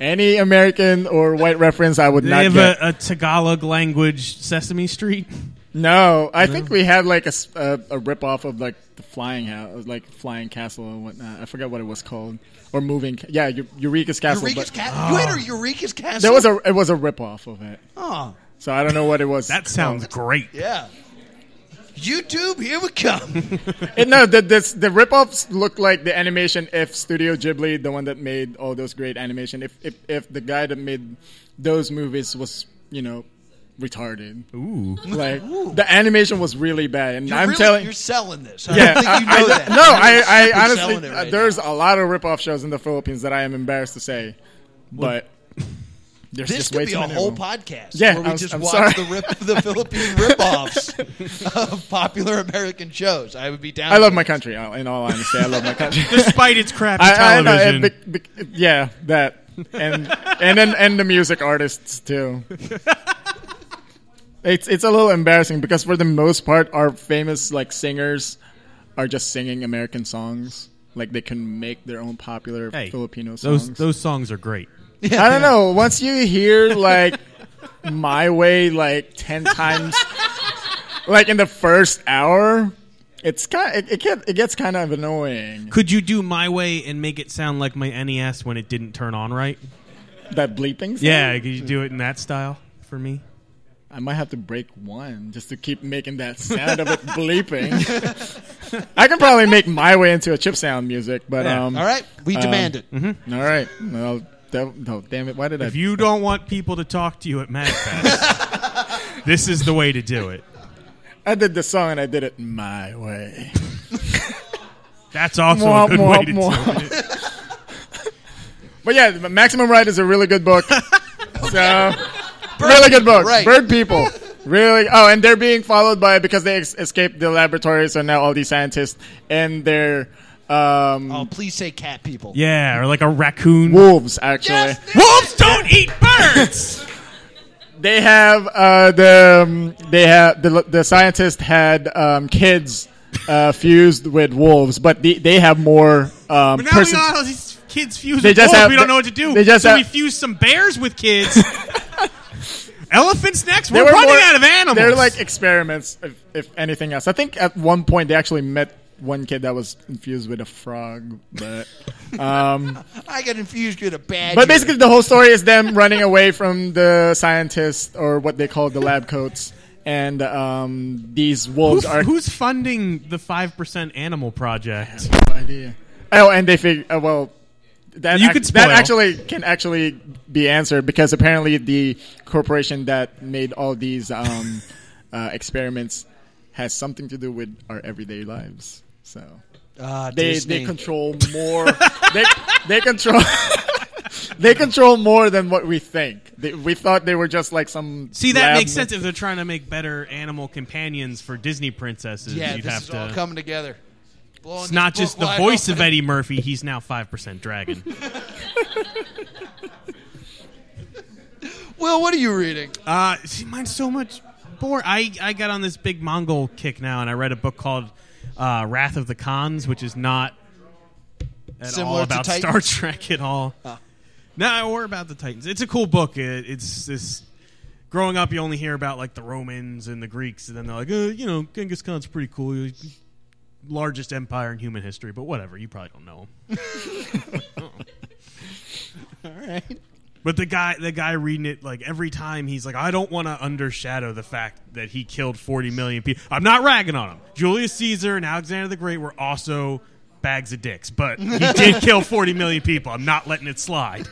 Any American or white reference, I would Do not they have get. a, a Tagalog language Sesame Street? no, I think we had like a, s- a, a ripoff of like the flying house, like flying castle and whatnot. I forgot what it was called, or moving. ca- Yeah, Eu- Eureka's castle. Eureka's but Castle. You had a Eureka's Castle. There Ah. was a it was a ripoff of it. Oh, So I don't know what it was. That sounds great. yeah. YouTube, here (laughs) we come. It- no, the, this, the ripoffs look like the animation if Studio Ghibli, the one that made all those great animation, if if, if the guy that made those movies was you know retarded, Ooh. like Ooh. the animation was really bad, and You're I'm really- telling. (laughs) you're selling this. I yeah, don't think you I- know I- that. no, I, You're I selling honestly, uh, it right there's now. a lot of ripoff shows in the Philippines that I am embarrassed to say, but (laughs) there's This just could way be too a many of whole them. podcast Yeah, where we I'm- just I'm watch sorry. the, rip, (laughs) the Philippine ripoffs of popular American shows. I would be down. I love for my this. country. uh, In all honesty, I love my country. (laughs) Despite its crappy I, I know, television. and bec- bec- yeah, that, and and then and the music artists too. It's it's a little embarrassing because for the most part, our famous like singers are just singing American songs. Like they can make their own popular hey, Filipino songs. those those songs are great. I don't know. Once you hear like "My Way" like ten times, like in the first hour, it's kind. It, it, get, it gets kind of annoying. Could you do my way and make it sound like my NES when it didn't turn on right? That bleeping. Thing. Yeah, could you do it in that style for me? I might have to break one just to keep making that sound of it bleeping. (laughs) I can probably make my way into a chip sound music, but Yeah. um, mm-hmm. All right, we demand it. all right. Well, that- no, damn it! Why did I? If you don't want people to talk to you at MadFest, (laughs) this is the way to do it. I did the song and I did it my way. That's also Mwah, a good mwah, way to mwah. do it. But yeah, the Maximum Ride is a really (laughs) good book. so, really good book. right. Bird people. Really. Oh, and they're being followed by because they ex- escaped the laboratory, so now all these scientists and their um, Oh, please say cat people. Yeah, or like a raccoon. wolves actually. Wolves don't eat (laughs) birds. They have uh, the um, they have the the scientist had um, kids uh, fused with wolves, but they, they have more But now um, we person. know how these kids fuse They with just wolves. have- we don't know what to do. they just so have- we fuse some bears with (laughs) kids. Elephants next. They We're were running more- out of animals. They're like experiments, if, if anything else. I think at one point they actually met one kid that was infused with a frog, but I got infused with a bad. but year. basically the whole story is them running away from the scientists or what they call the lab coats. And um, these wolves Who- are who's funding the five percent animal project? idea. Oh, and they figure. Uh, well, that You ac- could that spoil. actually can actually be answered because apparently the corporation that made all these um, (laughs) uh, experiments has something to do with our everyday lives. So Ah, they Disney. they control more. they they control. (laughs) They control more than what we think. They, we thought they were just like some. See, that lab- makes sense if they're trying to make better animal companions for Disney princesses. yeah, you'd this have is to. all coming together. Blowing it's not this just book the wide voice of open. Eddie Murphy. He's now five percent dragon. Will, what are you reading? Uh, see, mine's so much more. I, I got on this big Mongol kick now, and I read a book called uh, Wrath of the Khans, which is not at Similar all to about Titans? Star (laughs) Trek at all. No, or about the Titans. It's a cool book. It, it's this. Growing up, you only hear about like the Romans and the Greeks, and then they're like, uh, you know, Genghis Khan's pretty cool. He's the Largest empire in human history, but whatever. You probably don't know him. All right. But the guy, the guy reading it, like every time he's like, I don't want to undershadow the fact that he killed 40 million people. I'm not ragging on him. Julius Caesar and Alexander the Great were also bags of dicks, but (laughs) he did kill 40 million people. I'm not letting it slide.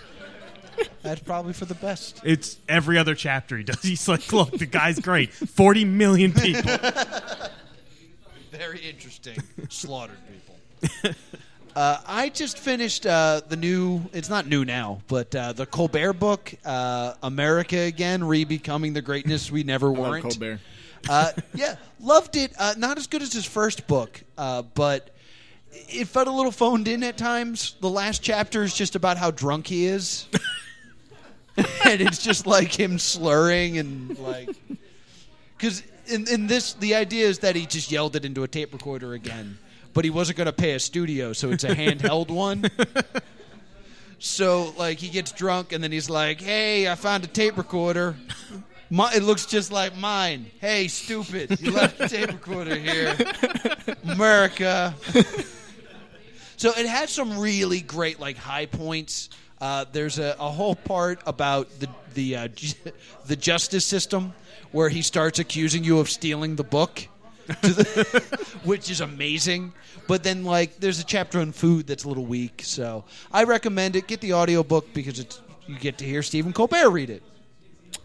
That's probably for the best. It's every other chapter he does. (laughs) He's like, look, the guy's great. 40 million (laughs) people. (laughs) (laughs) Very interesting. Slaughtered people. Uh, I just finished uh, the new. It's not new now, but uh, the Colbert book, uh, "America Again: Re-Becoming the Greatness We Never Love Weren't." Colbert. uh, yeah, loved it. Uh, not as good as his first book, uh, but it felt a little phoned in at times. The last chapter is just about how drunk he is. (laughs) and it's just like him slurring and like because in, in this the idea is that he just yelled it into a tape recorder again but he wasn't going to pay a studio so it's a handheld one so like he gets drunk and then he's like hey i found a tape recorder My, it looks just like mine hey stupid you left the tape recorder here america so it had some really great like high points. Uh, there's a, a whole part about the the uh, ju- the justice system where he starts accusing you of stealing the book, to the- (laughs) which is amazing. But then like there's a chapter on food that's a little weak, so I recommend it. Get the audiobook because it's you get to hear Stephen Colbert read it,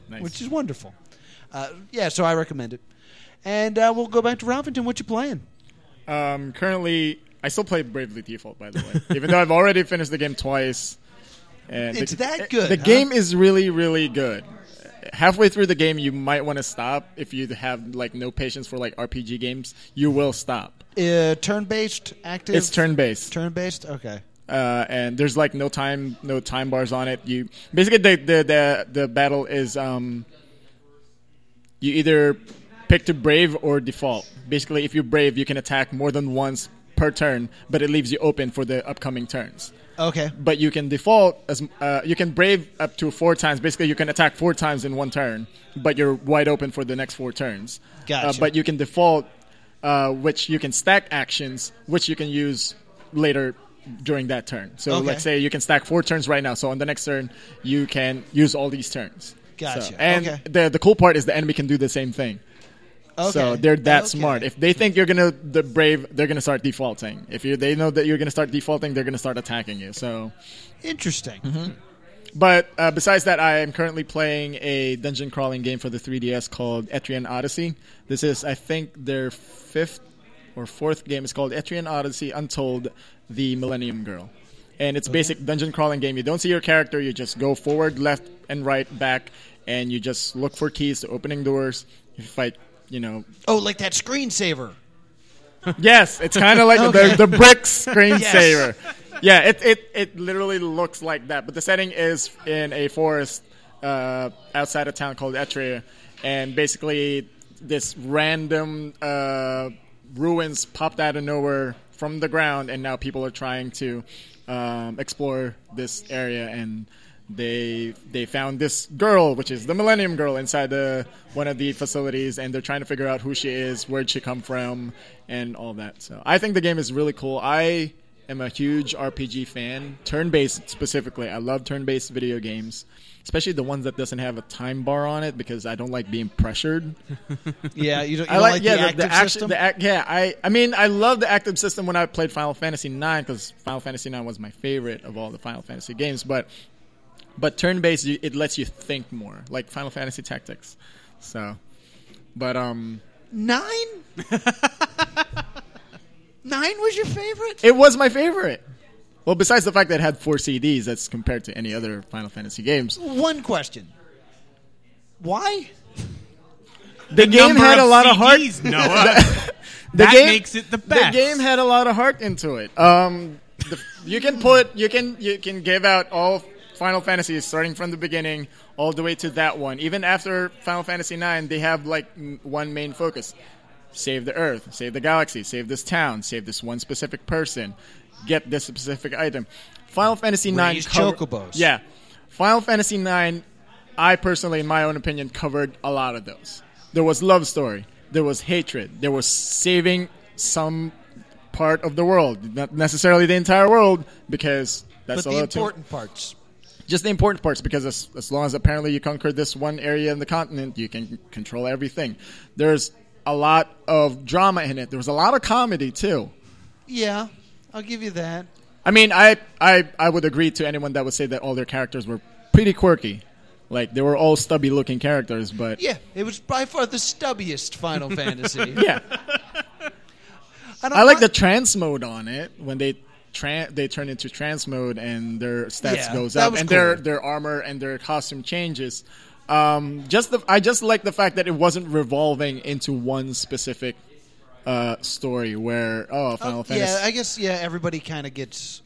Nice. which is wonderful. Uh, yeah, so I recommend it. And uh, we'll go back to Robinson. What you playing? Um, currently, I still play Bravely Default, by the way, (laughs) even though I've already finished the game twice. And It's the, that it- good, The huh? game is really, really good. Halfway through the game, you might want to stop if you have like no patience for like RPG games. You will stop. Uh, turn based, active. It's turn based, turn based. Okay. uh, and there's like no time, no time bars on it. You basically the the the, the battle is um, you either pick to brave or default. Basically, if you brave, you can attack more than once per turn, but it leaves you open for the upcoming turns. Okay. But you can default as uh, you can brave up to four times. Basically, you can attack four times in one turn, but you're wide open for the next four turns. Gotcha. Uh, but you can default, uh, which you can stack actions, which you can use later during that turn. So Okay. let's say you can stack four turns right now. So on the next turn, you can use all these turns. Gotcha. So- and Okay. the the cool part is the enemy can do the same thing. Okay. So they're that Okay. smart. If they think you're gonna the brave, they're gonna start defaulting. If you they know that you're gonna start defaulting, they're gonna start attacking you. So, Interesting. Mm-hmm. but uh, besides that, I am currently playing a dungeon crawling game for the 3DS called Etrian Odyssey. This is, I think, their fifth or fourth game. It's called Etrian Odyssey Untold: The Millennium Girl, and it's basic dungeon crawling game. You don't see your character. You just go forward, left, and right, back, and you just look for keys to opening doors. You fight. You know, Oh, like that screensaver. Yes, it's kind of like Okay. the, the brick (laughs) screensaver. Yeah, it, it, it literally looks like that. But the setting is in a forest uh, outside a town called Etria. And basically, this random uh, ruins popped out of nowhere from the ground. And now people are trying to um, explore this area. And they they found this girl, which is the Millennium Girl, inside the one of the facilities, and they're trying to figure out who she is, where'd she come from, and all that. So I think the game is really cool. I am a huge RPG fan, turn-based specifically. I love turn-based video games, especially the ones that doesn't have a time bar on it, because I don't like being pressured. Yeah, you don't, you I don't like, like, yeah the active act- system. the act- yeah, I I mean I love the active system when I played Final Fantasy IX because Final Fantasy IX was my favorite of all the Final Fantasy games. But but turn based it lets you think more like Final Fantasy Tactics. So, but um, (laughs) Nine. Nine was your favorite. it was my favorite. Well, besides the fact that it had four CDs, that's compared to any other Final Fantasy games. One question. Why? The, game had a lot of heart. CDs, (laughs) Noah. that game- makes it the best. The game had a lot of heart into it. Um, the, you can put you can you can give out all Final Fantasies starting from the beginning all the way to that one. Even after Final Fantasy IX, they have like m- one main focus: save the Earth, save the galaxy, save this town, save this one specific person, get this specific item. Final Fantasy Raise IX cover- chocobos. Yeah, Final Fantasy IX. I personally, in my own opinion, covered a lot of those. There was love story. There was hatred. There was saving some part of the world, not necessarily the entire world, because that's a But the little too- important parts. just the important parts because as, as long as apparently you conquer this one area in the continent you can control everything there's a lot of drama in it there was a lot of comedy too Yeah, I'll give you that. i mean i i, I would agree to anyone that would say that all their characters were pretty quirky like they were all stubby looking characters but Yeah, it was by far the (laughs) stubbiest Final Fantasy. yeah. And I'm i like the not- trans mode on it when they tran they turn into trans mode and their stats Yeah, goes that up was and their cool. their armor and their costume changes. Um, just the I just like the fact that it wasn't revolving into one specific uh, story where oh Final Oh, Fantasy yeah, I guess yeah. Everybody kind of gets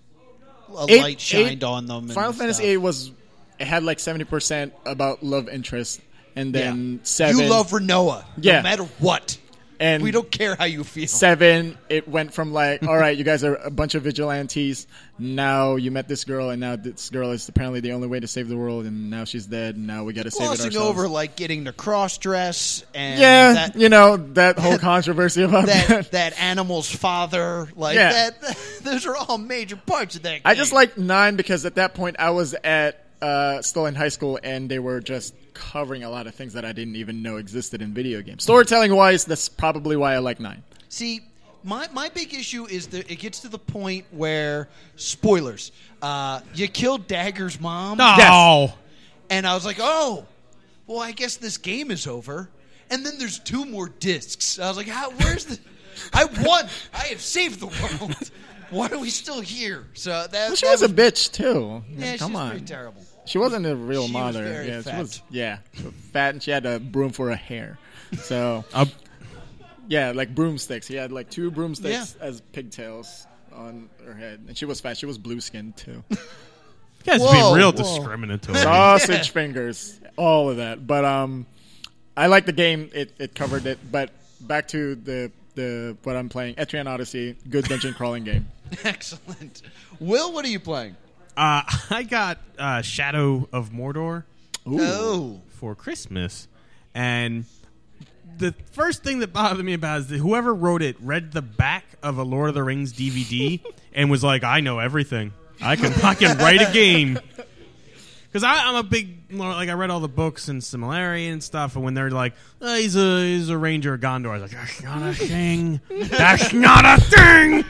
a Eight- light eight- shined on them. and Final Fantasy stuff. VIII was it had like seventy percent about love interest, and then Yeah. seven. You love Renoa, Yeah. no matter what. and We don't care how you feel. seven. It went from like all right, you guys are a bunch of vigilantes. Now you met this girl, and now this girl is apparently the only way to save the world, and now she's dead. And now we got to save it Glossing ourselves. over like getting to cross dress and yeah, that, you know that (laughs) whole controversy about that. that that animal's father, like Yeah. that. (laughs) Those are all major parts of that. I just game. like nine because at that point I was at uh, still in high school, and they were just covering a lot of things that I didn't even know existed in video games. Storytelling wise, that's probably why I like nine. See, my, my big issue is that it gets to the point where spoilers. Uh, you killed Dagger's mom, Oh, and I was like, oh, well, I guess this game is over. And then there's two more discs. I was like, how, where's the? I won. I have saved the world. (laughs) Why are we still here? So that, But that she was a bitch too. come yeah, she was on. pretty terrible. (laughs) She wasn't a real She was mother. very yeah, fat. she was. Yeah, she was fat, and she had a broom for a hair. So A- yeah, like broomsticks. She had like two broomsticks as pigtails on her head, and she was fat. She was blue skinned (laughs) too. you guys Whoa, being real whoa. discriminatory. sausage fingers, all of that. But um, I like the game; it, it covered it. But back to the the what I'm playing, Etrian Odyssey, good dungeon crawling game. Excellent. Will, what are you playing? Uh, (laughs) I got uh, Shadow of Mordor Ooh. Oh, for Christmas, and the first thing that bothered me about is that whoever wrote it read the back of a Lord of the Rings DVD and was like, "I know everything. I can I can write a game." Because I'm a big Lord- like I read all the books and Similarian and stuff, and when they're like, "Oh, "He's a he's a ranger of Gondor," I was like, "That's not a thing. That's not a thing."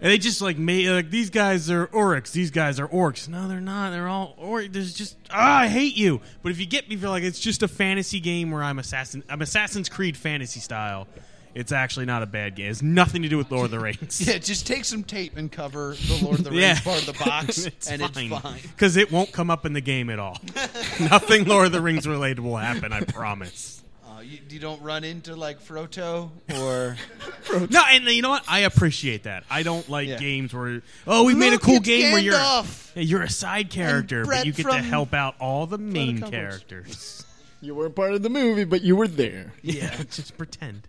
And they just like made like these guys are orcs. These guys are orcs. No, they're not. They're all orcs. There's just ah, I hate you. But if you get me, feel like it's just a fantasy game where I'm assassin. I'm Assassin's Creed fantasy style. It's actually not a bad game. It has nothing to do with Lord of the Rings. yeah. Just take some tape and cover the Lord (laughs) of the Rings Yeah. part of the (laughs) box, and it's fine. because it won't come up in the game at (laughs) all. Nothing Lord of the Rings related will happen. I promise. Uh, you, you don't run into like Froto (laughs) or No, and you know what? I appreciate that. I don't like Yeah. games where oh, we made a Look, cool it's game where you're Gandalf. yeah, you're a side character, Brett but you get to from help out all the main Covers. (laughs) characters. You weren't part of the movie, but you were there. yeah, just pretend.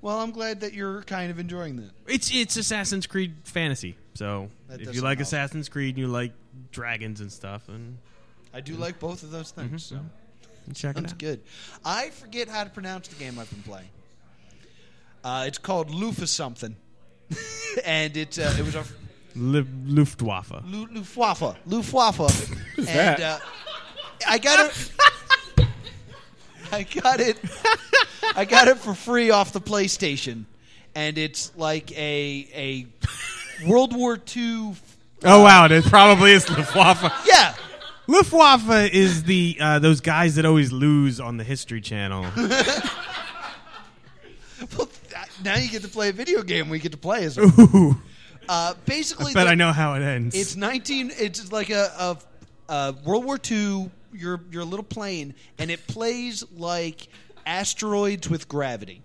Well, I'm glad that you're kind of enjoying that. It's it's Assassin's Creed fantasy. So That if you doesn't like help. Assassin's Creed and you like dragons and stuff, and I do like both of those things. Mm-hmm. So check it that's out. good. I forget how to pronounce the game I've been playing. Uh, it's called Lufa something, (laughs) and it uh, it was a Lu- Luftwaffe. Lu- Lufuafa (laughs) Lufuafa, and that? Uh, I got it. I got it. I got it for free off the PlayStation, and it's like a a World War II. Oh wow, it probably is Luftwaffe. Yeah, Luftwaffe is the uh, those guys that always lose on the History (laughs) Channel. (laughs) Well, th- now you get to play a video game. We get to (laughs) play as Ooh, uh, basically. but the- I know how it ends. It's nineteen. It's like a, a, a World War II. You're you're a little plane, and it plays like asteroids with gravity.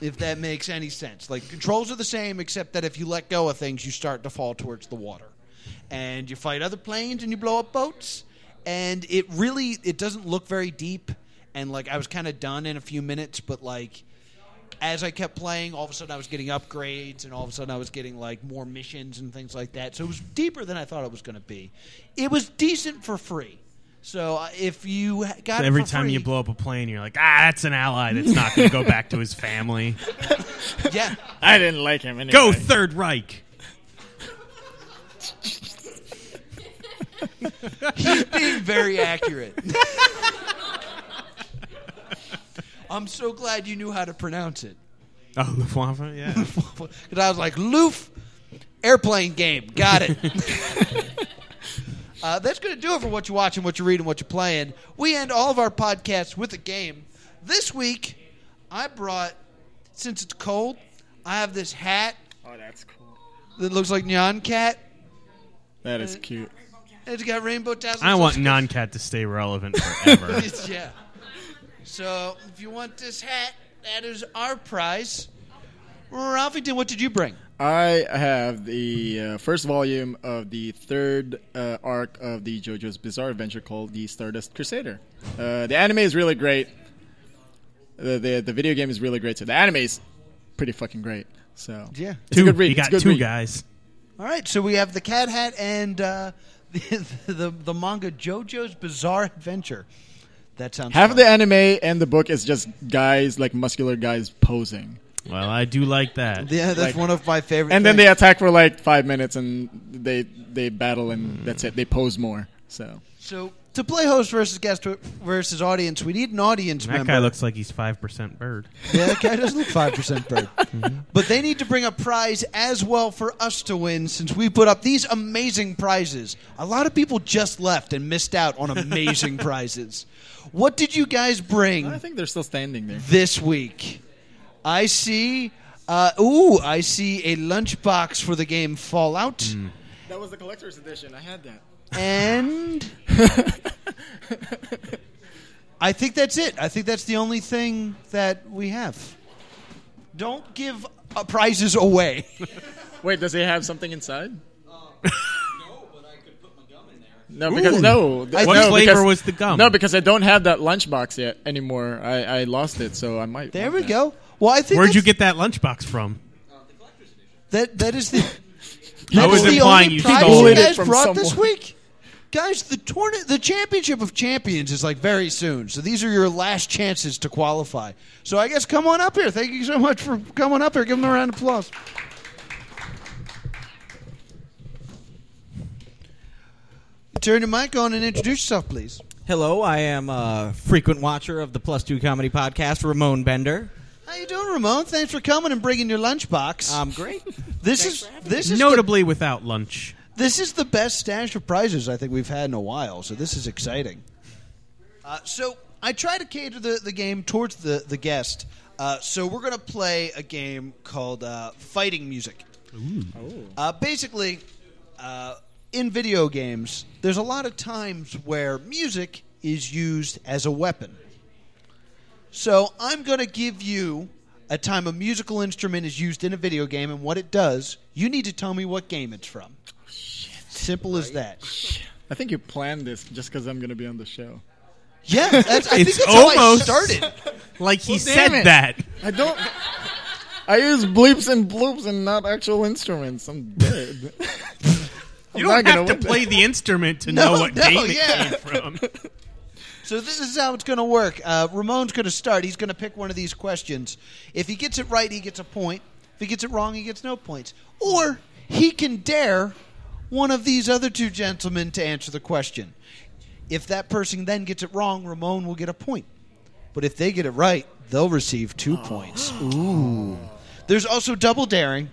if that makes any sense, like controls are the same, except that if you let go of things, you start to fall towards the water, and you fight other planes and you blow up boats. And it really it doesn't look very deep. And like I was kind of done in a few minutes, but like as I kept playing, all of a sudden I was getting upgrades, and all of a sudden I was getting like more missions and things like that. So it was deeper than I thought it was going to be. It was decent for free. So uh, if you ha- got it Every for time you free- blow up a plane, you're like, ah, that's an ally that's not going to go back to his family. (laughs) yeah, I didn't like him anyway. Go Third Reich. he's being (laughs) very accurate. I'm so glad you knew how to pronounce it. Oh, Luftwaffe, (laughs) yeah. Because I was like, Loof, airplane game. Got (laughs) it. (laughs) uh, that's going to do it for what you're watching, what you're reading, what you're playing. We end all of our podcasts with a game. This week, I brought, since it's cold, I have this hat Oh, that's cool. that looks like Nyan Cat. That Uh, is cute. It's got rainbow tassels. I want (laughs) non-cat to stay relevant forever. It's- yeah. So if you want this hat, That is our prize. Ralphington, what did you bring? I have the uh, first volume of the third uh, arc of the JoJo's Bizarre Adventure called The Stardust Crusader. Uh, the anime is really great. The, the the video game is really great. So the anime is pretty fucking great. So Yeah. it's a good read. You It's got a good two read. guys. All right, so we have the Cat Hat and uh, (laughs) the, the the manga JoJo's Bizarre Adventure. That sounds Half of fun. the anime and the book is just guys like muscular guys posing, Well, I do like that. Yeah, that's like- one of my favorite. and then things. they attack for like five minutes and they they battle and that's it. They pose more. So so to play host versus guest versus audience, we need an audience that member. guy looks like he's five percent bird. Yeah, that guy does look five percent bird. But they need to bring a prize as well for us to win, since we put up these amazing prizes. A lot of people just left and missed out on amazing prizes. What did you guys I bring think they're still standing there. this week? I see. Uh, ooh, I see a lunchbox for the game Fallout, Hmm. That was the collector's edition. I had that. (laughs) and I think that's it. I think that's the only thing that we have. Don't give uh, prizes away. Wait, does it have something inside? No, Ooh. because no. th- no, I think- What flavor because- was the gum? No, because I don't have that lunchbox yet anymore. I, I lost it, so I might. There (laughs) want we that. go. Well, I think Where'd you get that's- that lunchbox from? that? That is the. I that was is the implying only you prize stole you it guys from brought this someone. week. Guys, the tournament, the championship of champions is like very soon. So these are your last chances to qualify. So I guess come on up here. Thank you so much for coming up here. Give them a round of applause. Turn your mic on and introduce yourself, please. Hello, I am a frequent watcher of the Plus Two Comedy Podcast, Ramon Bender. How you doing, Ramon? Thanks for coming and bringing your lunchbox. I'm great. this is this is the Notably without lunch. This is the best stash of prizes I think we've had in a while, so this is exciting. Uh, so I try to cater the, the game towards the, the guest. Uh, so we're going to play a game called uh, Fighting Music. Uh, basically, uh, in video games, there's a lot of times where music is used as a weapon. So I'm going to give you a time a musical instrument is used in a video game and what it does. You need to tell me what game it's from. Simple as that. I think you planned this just because I'm going to be on the show. Yeah, that's, I think It's that's how I almost- started. Like he damn said it. that. I don't. (laughs) I use bleeps and bloops and not actual instruments. I'm dead. You don't I'm not gonna have to win play the instrument to No, know what no, game yeah. it came from. So this is how it's going to work. Uh, Ramon's going to start. He's going to pick one of these questions. If he gets it right, he gets a point. If he gets it wrong, he gets no points. Or he can dare one of these other two gentlemen to answer the question. If that person then gets it wrong, Ramon will get a point. But if they get it right, they'll receive two points. Ooh. There's also double daring,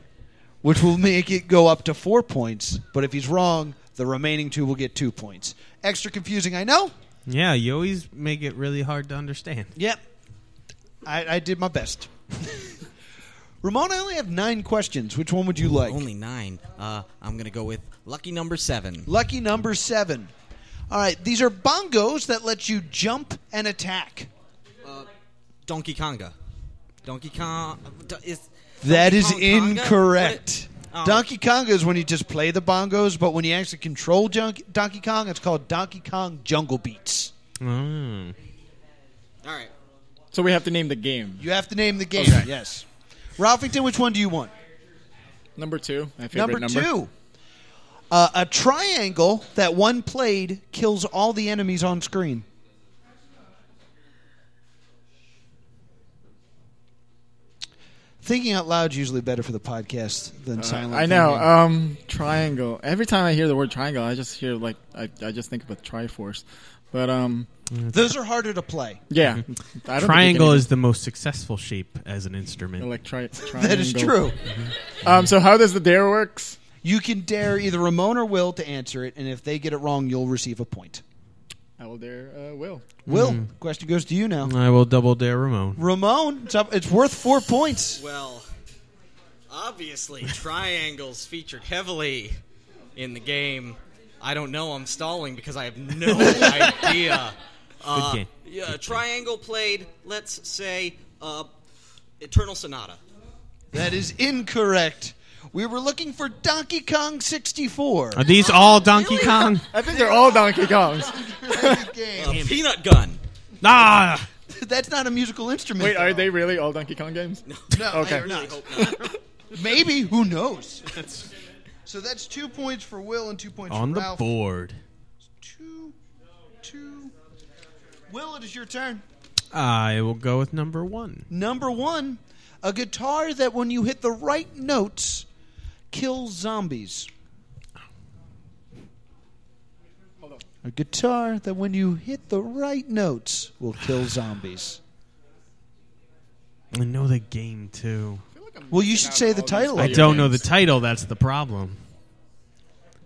which will make it go up to four points. But if he's wrong, the remaining two will get two points. Extra confusing, I know. Yeah, you always make it really hard to understand. Yep. I, I did my best. (laughs) Ramon, I only have nine questions. Which one would you like? Only nine. Uh, I'm going to go with lucky number seven. Lucky number seven. All right, these are bongos that let you jump and attack. Donkey Konga. Donkey Kong. do- Is, That Donkey is Kong Konga? incorrect. What it- oh. Donkey Kong is when you just play the bongos, but when you actually control junk, Donkey Kong, it's called Donkey Kong Jungle Beats. Mm. All right. So we have to name the game. You have to name the game. Okay. Yes. Ralphington, which one do you want? Number two. My favorite number. two. Uh, a triangle that one played kills all the enemies on screen. Thinking out loud is usually better for the podcast than silent. Uh, I know. thinking. Um, triangle. Every time I hear the word triangle, I just hear like I, I just think of a Triforce. But um, Those are harder to play. yeah. (laughs) I don't Triangle think is the most successful shape as an instrument. like (laughs) tri- triangle. That is true. Um, so how does the dare works? You can dare either Ramon or Will to answer it, and if they get it wrong, you'll receive a point. I will dare uh, Will. Will, question goes to you now. I will double dare Ramon. Ramon, it's, up, it's worth four points. Well, obviously, triangles featured heavily in the game. I don't know. I'm stalling because I (laughs) have no idea. Uh, game. Yeah, triangle played, let's say, uh, Eternal Sonata. That is incorrect. We were looking for Donkey (laughs) Kong 64. Are these all Donkey really? Kong? I think they're all Donkey Kongs. Uh, Peanut Gun. Ah, That's not a musical (laughs) instrument. Wait, are though. they really all Donkey Kong games? No, Okay. they're I not. hope not. Maybe. Who (laughs) knows? so that's two points for Will and two points on for the Ralph. board. Two, two. Will, it is your turn. I will go with number one. Number one, a guitar that when you hit the right notes kills zombies. A guitar that when you hit the right notes will kill zombies. I know the game too. Well, you should say the title. I of it. don't know the title. That's the problem.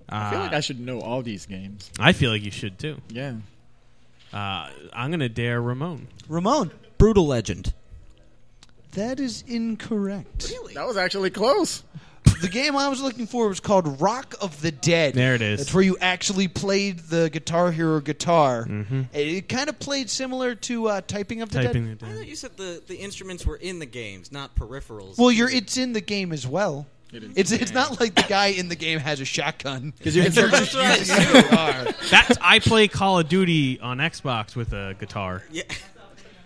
I feel like I should know all these games. I feel like you should too. Yeah. Uh, I'm gonna dare Ramon. Ramon, Brutal Legend. that is incorrect. That was actually close. The game I was looking for was called Rock of the Dead. There it is. That's where you actually played the Guitar Hero guitar. And It kind of played similar to uh, Typing of the Mm-hmm. Typing Dead. it I thought down. you said the, the instruments were in the games, not peripherals. Well, you're it's in the game as well. It is. It's it's not like the guy in the game has a shotgun. Because (laughs) (laughs) you can That's what I assumed. That's I play Call of Duty on Xbox with a guitar. Yeah. (laughs)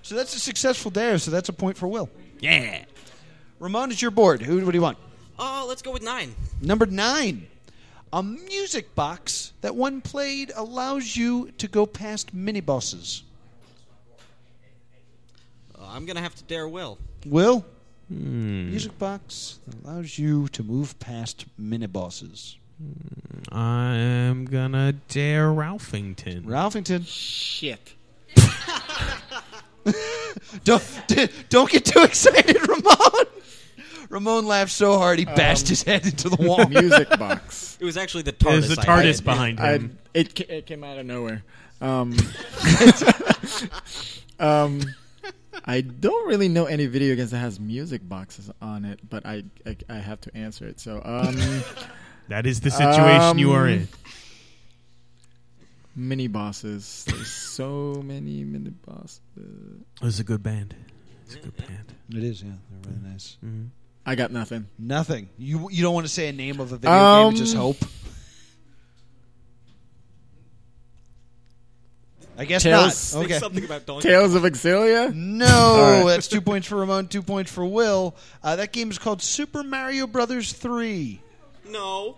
So that's a successful dare. So that's a point for Will. Yeah. Ramon is your board. Who what do you want? Oh, let's go with nine. Number nine, a music box that when played allows you to go past mini bosses. Uh, I'm gonna have to dare Will. Will, music box that allows you to move past mini bosses. I'm gonna dare Ralphington. Ralphington, Shit. don't don't get too excited, (laughs) Ramon. Ramon laughed so hard he bashed his head into the (laughs) wall. Music (laughs) box. It was actually the TARDIS. There's the I TARDIS had. (laughs) behind I, him. it, ca- it came out of nowhere. (laughs) Um, um, I don't really know any video games that has music boxes on it, but I I, I have to answer it. So um, that is the situation you are in. mini bosses. There's so many mini bosses. It was a good band. It's a good (laughs) band. It is, yeah. They're really nice. I got nothing. Nothing. You you don't want to say a name of a video game Um, and just hope. I guess Tails. not. Think Okay. Something about Donkey. Tales of Exilia. No, right. that's two points for Ramon, two points for Will. Uh, that game is called Super Mario Brothers Three. No.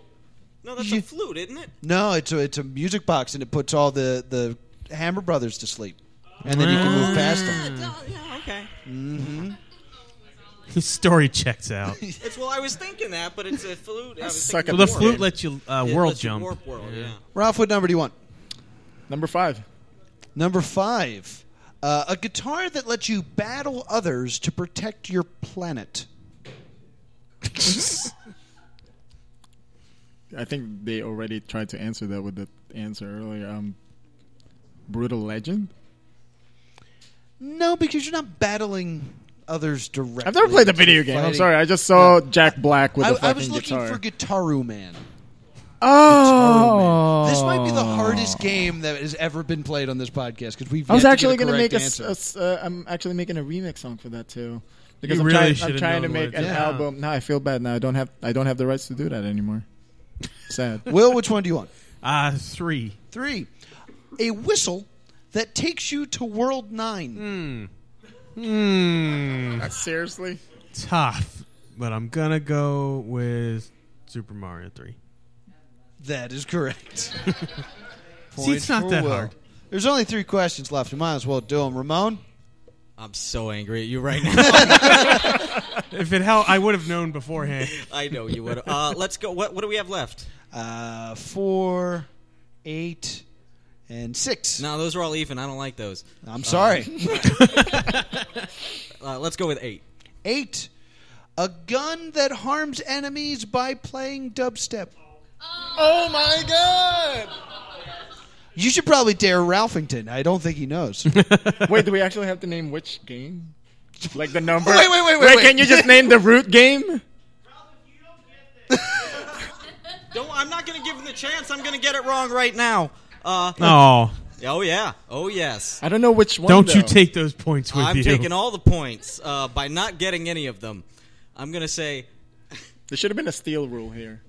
No, that's You- a flute, isn't it? No, it's a it's a music box and it puts all the the Hammer Brothers to sleep, and then you can move past them. Yeah, yeah, okay. His story checks out. It's well, I was thinking that, but it's a flute. I was Suck thinking (laughs) at the warp. flute lets you uh, It world lets you jump. Warp world, yeah. Ralph, what number do you want? Number five. Number five, uh, a guitar that lets you battle others to protect your planet. I think they already tried to answer that with the answer earlier. Um, Brutal Legend. No, because you're not battling others directly. I've never played the video game. I'm Fighting. sorry. I just saw Jack Black with I, the fucking I was looking guitar. for Guitaru Man. oh, This might be the hardest game that has ever been played on this podcast because we've. I was yet actually going to make get a. a s- a correct answer. s- uh, I'm actually making a remix song for that too. Because You I'm really trying, I'm should've trying to known make what- an yeah. album. Now I feel bad. Now I don't have. I don't have the rights to do that anymore. (laughs) Sad. Will, which one do you want? Uh, three. Three, a whistle that takes you to World Nine. Hmm. Seriously. Tough. But I'm gonna go with Super Mario 3. That is correct. See, it's Point not for that Will. hard. There's only three questions left. You might as well do them. Ramon, I'm so angry at you right now. If it helped, I would have known (laughs) beforehand. I know you would. Uh, (laughs) let's go. What What do we have left? uh, four, eight, and six. No, those are all even. I don't like those. I'm sorry. Uh, let's go with eight. (laughs) Eight, a gun that harms enemies by playing dubstep. Oh my god! You should probably dare Ralphington. I don't think he knows. (laughs) Wait, do we actually have to name which game? Like the number? Wait, wait, wait, wait, wait. Can you just name the root game? Don't. I'm not going to give him the chance. I'm going to get it wrong right now. Uh, Oh. Oh yeah. Oh yes. I don't know which one. Don't you though. take those points with I'm you. taking all the points uh, by not getting any of them. I'm gonna say There should have been a steel rule here.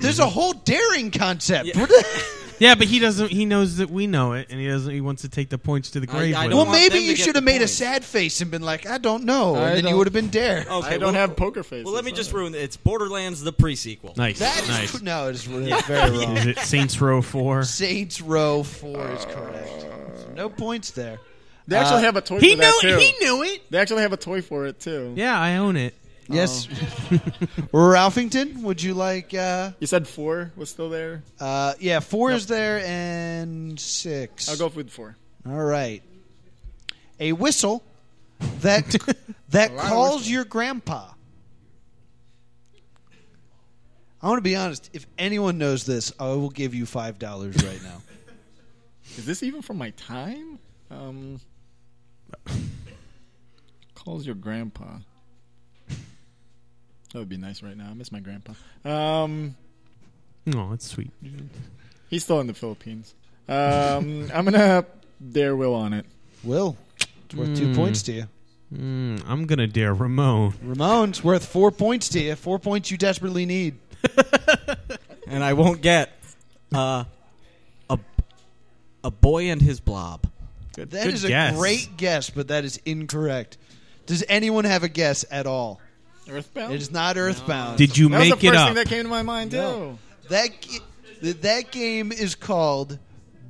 There's a whole daring concept. Yeah. yeah, but he doesn't. He knows that we know it, and he doesn't. He wants to take the points to the grave. I with don't well, him. want maybe them to you get should the have made a points. sad face and been like, "I don't know," and I then you don't- would have been dared. Okay, I don't well- have poker face. Well, let me it's just fine. ruin it. It's Borderlands the prequel. nice. That is nice. tr- no, it's very wrong. Is it Saints Row Four? Saints Row Four is correct. So no points there. They actually have a toy Uh, He for knew. that too. He knew it. They actually have a toy for it too. Yeah, I own it. Yes, (laughs) Ralphington. Um, Would you like? Uh, You said four was still there. uh, yeah, four is there and six. I'll go with four. All right. A whistle (laughs) that that calls your grandpa. I want to be honest. If anyone knows this, I will give you five dollars right now. Is this even for my time? Um, (laughs) calls your grandpa. That would be nice right now. I miss my grandpa. Um, Oh, that's sweet. he's still in the Philippines. Um, (laughs) I'm gonna dare will on it. Will, Hmm. it's worth two points to you. Mm, I'm gonna dare Ramon. Ramon's worth four points to you. Four points you desperately need. And I won't get uh, a a boy and his blob. That Good is guess. a great guess, but that is incorrect. Does anyone have a guess at all? Earthbound. It is not Earthbound. Did you that was the make first it up? thing that came to my mind too. No. That g- th- that game is called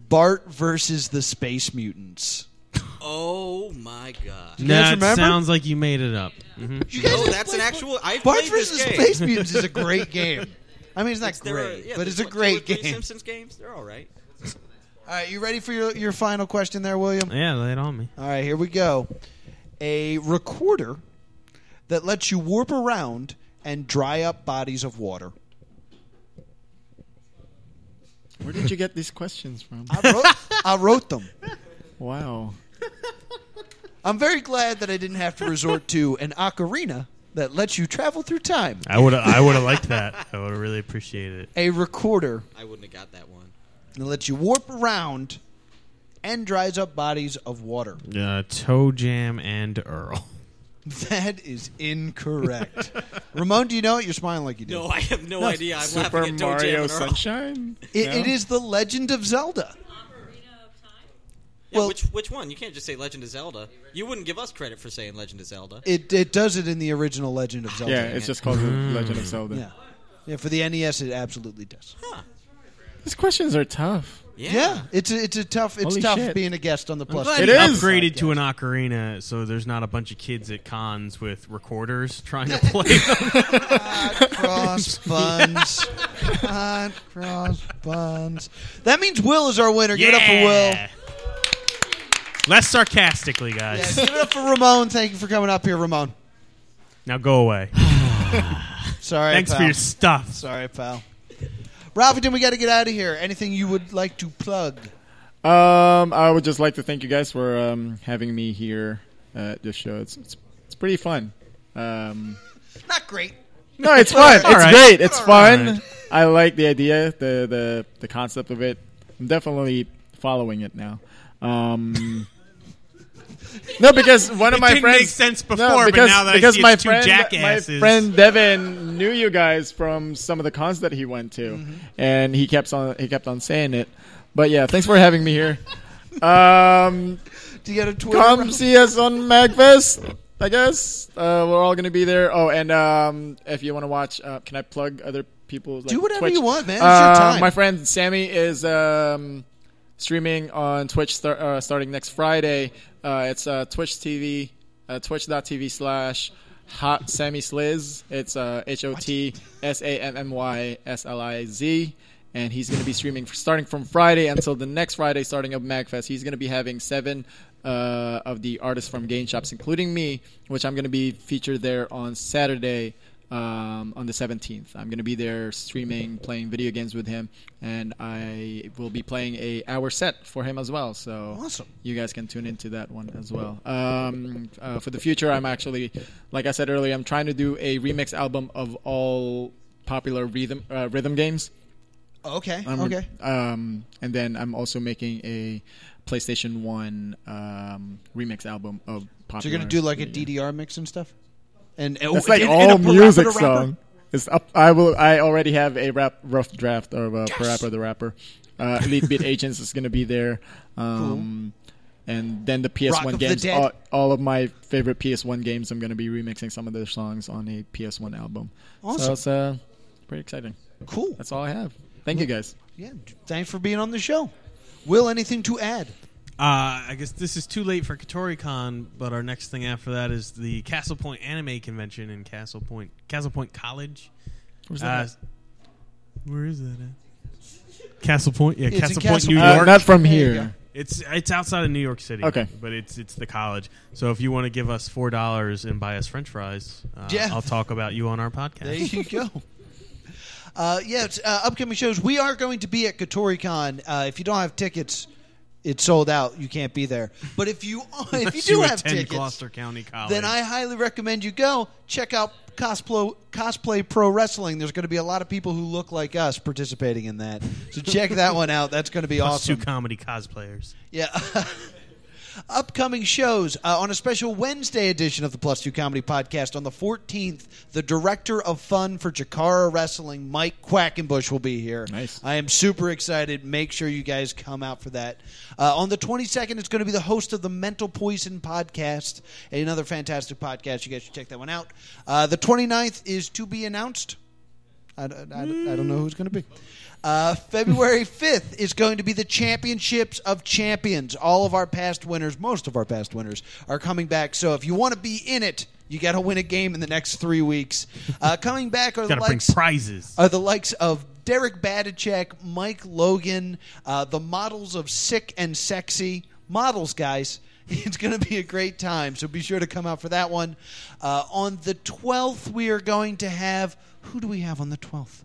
Bart versus the Space Mutants. Oh my god! You Nah, guys it remember? sounds like you made it up. Mhm. You guys No, didn't Oh, that's play an Bar- actual. I've Bart played this versus game. Space Mutants (laughs) is a great game. I mean, it's not There are- great, yeah, but there's it's a what, two or great three game. Simpsons games, they're all right. All right, you ready for your, your final question there, William? Yeah, lay it on me. All right, here we go. A recorder that lets you warp around and dry up bodies of water. Where did you get these questions from? I wrote, I wrote them. wow. I'm very glad that I didn't have to resort to an ocarina that lets you travel through time. I would. I would have liked that. I would have really appreciated it. A recorder I wouldn't have got that one. that lets you warp around and dries up bodies of water. Uh, Toe Jam and Earl. That is incorrect. Ramon, do you know it? You're smiling like you do. (laughs) No, (laughs) I have no, idea. I'm Super laughing at Toe Mario Jam and Earl. Sunshine. It, No? it is The Legend of Zelda. Ocarina of Time? Yeah, Well- which which one? You can't just say Legend of Zelda. You wouldn't give us credit for saying Legend of Zelda. It, it does it in the original Legend of Zelda. Yeah, it's just called The Legend of Zelda. Yeah. Yeah, for the NES, it absolutely does. These questions are tough. Yeah. Yeah, it's a, it's a tough it's Holy tough shit. being a guest on the plus. Glad It he is. upgraded to an ocarina, so there's not a bunch of kids at cons with recorders trying to play. them. (laughs) cross buns. Hot cross buns. That means Will is our winner. Give it up for Will. Yeah. Less sarcastically, guys. Yeah, give it up for Ramon. Thank you for coming up here, Ramon. Now go away. Sorry, Thanks pal. for your stuff. Sorry, pal. Ralphington, we got to get out of here. Anything you would like to plug? Um, I would just like to thank you guys for um, having me here at this show. It's it's, it's pretty fun. Um, Not great. no, (laughs) it's fun. it's right. great. It's fun. right. I like the idea, the, the the concept of it. I'm definitely following it now. Um, no, because one of It my didn't friends make sense No, before, but because, now that I because see my it's two friend, jackasses. My friend Devin knew you guys from some of the cons that he went to, Mm-hmm. and he kept on he kept on saying it. But yeah, thanks for having me here. Um, Do you got a Twitter? come Ralph? see us on Magfest. I guess uh, we're all gonna be there. Oh, and um, if you want to watch, uh, can I plug other people's? Like, Do whatever Twitch? you want, man. It's your Uh, time. My friend Sammy is um, streaming on Twitch star- uh, starting next Friday. Uh, it's uh, Twitch TV, uh, twitch.tv slash hot Sammy Sliz. It's uh, H O T S A M M Y S L I Z. And he's going to be streaming for, starting from Friday until the next Friday, starting up MagFest. He's going to be having seven uh, of the artists from Game Shops, including me, which I'm going to be featured there on Saturday um, on the 17th. I'm going to be there streaming, playing video games with him, and I will be playing a hour set for him as well. So Awesome. You guys can tune into that one as well. Um, uh, for the future, I'm actually, like I said earlier, I'm trying to do a remix album of all popular rhythm uh, rhythm games. Okay. I'm re- okay. um, and then I'm also making a PlayStation One um, remix album of popular. So you're gonna do like a DDR mix and stuff, and It's oh, like in- in all a Parappa music the Rapper? song. It's up, I will. I already have a rap rough draft of uh, Parappa the Rapper. Uh, Elite Beat Agents is gonna be there. Um, And then the PS1 Rock of the games, Dead. all, all of my favorite PS1 games, I'm going to be remixing some of their songs on a PS1 album. Awesome. So it's uh, pretty exciting. oh, Cool. That's all I have. Thank you guys. Yeah. Thanks for being on the show. Will anything to add? Uh, I guess this is too late for KatoriCon, but our next thing after that is the Castle Point Anime Convention in Castle Point, Castle Point College. Where's Uh, that? where is that at? Castle Point, yeah, It's in Castle Point, Castle New Point. Uh, York. not from There you here. go. It's it's outside of New York City. Okay. but it's it's the college. So if you want to give us four dollars and buy us French fries, uh, Yeah. I'll talk about you on our podcast. (laughs) There you go. (laughs) Uh, yeah, it's, uh, upcoming shows. We are going to be at KatoriCon. Uh, if you don't have tickets, it's sold out. You can't be there. But if you (laughs) if you Unless do have attend tickets, Gloucester County College. then I highly recommend you go check out cosplay cosplay pro wrestling. There's going to be a lot of people who look like us participating in that. So check that one out. That's going to be Us awesome. two comedy cosplayers. Yeah. (laughs) Upcoming shows uh, on a special Wednesday edition of the Plus Two Comedy Podcast on the 14th. The director of fun for Jakara Wrestling, Mike Quackenbush, will be here. Nice. I am super excited. Make sure you guys come out for that. Uh, on the 22nd, it's going to be the host of the Mental Poison Podcast, another fantastic podcast. You guys should check that one out. Uh, the 29th is to be announced. I, d- I d- I don't know who's going to be. Uh, February 5th is going to be the Championships of Champions. All of our past winners, most of our past winners, are coming back. So if you want to be in it, you got to win a game in the next three weeks. Uh, coming back are the Got to bring likes prizes. are Uh, the likes of Derek Badachek, Mike Logan, uh, the models of Sick and Sexy. Models, guys. (laughs) It's going to be a great time, so be sure to come out for that one. Uh, on the 12th, we are going to have. Who do we have on the 12th?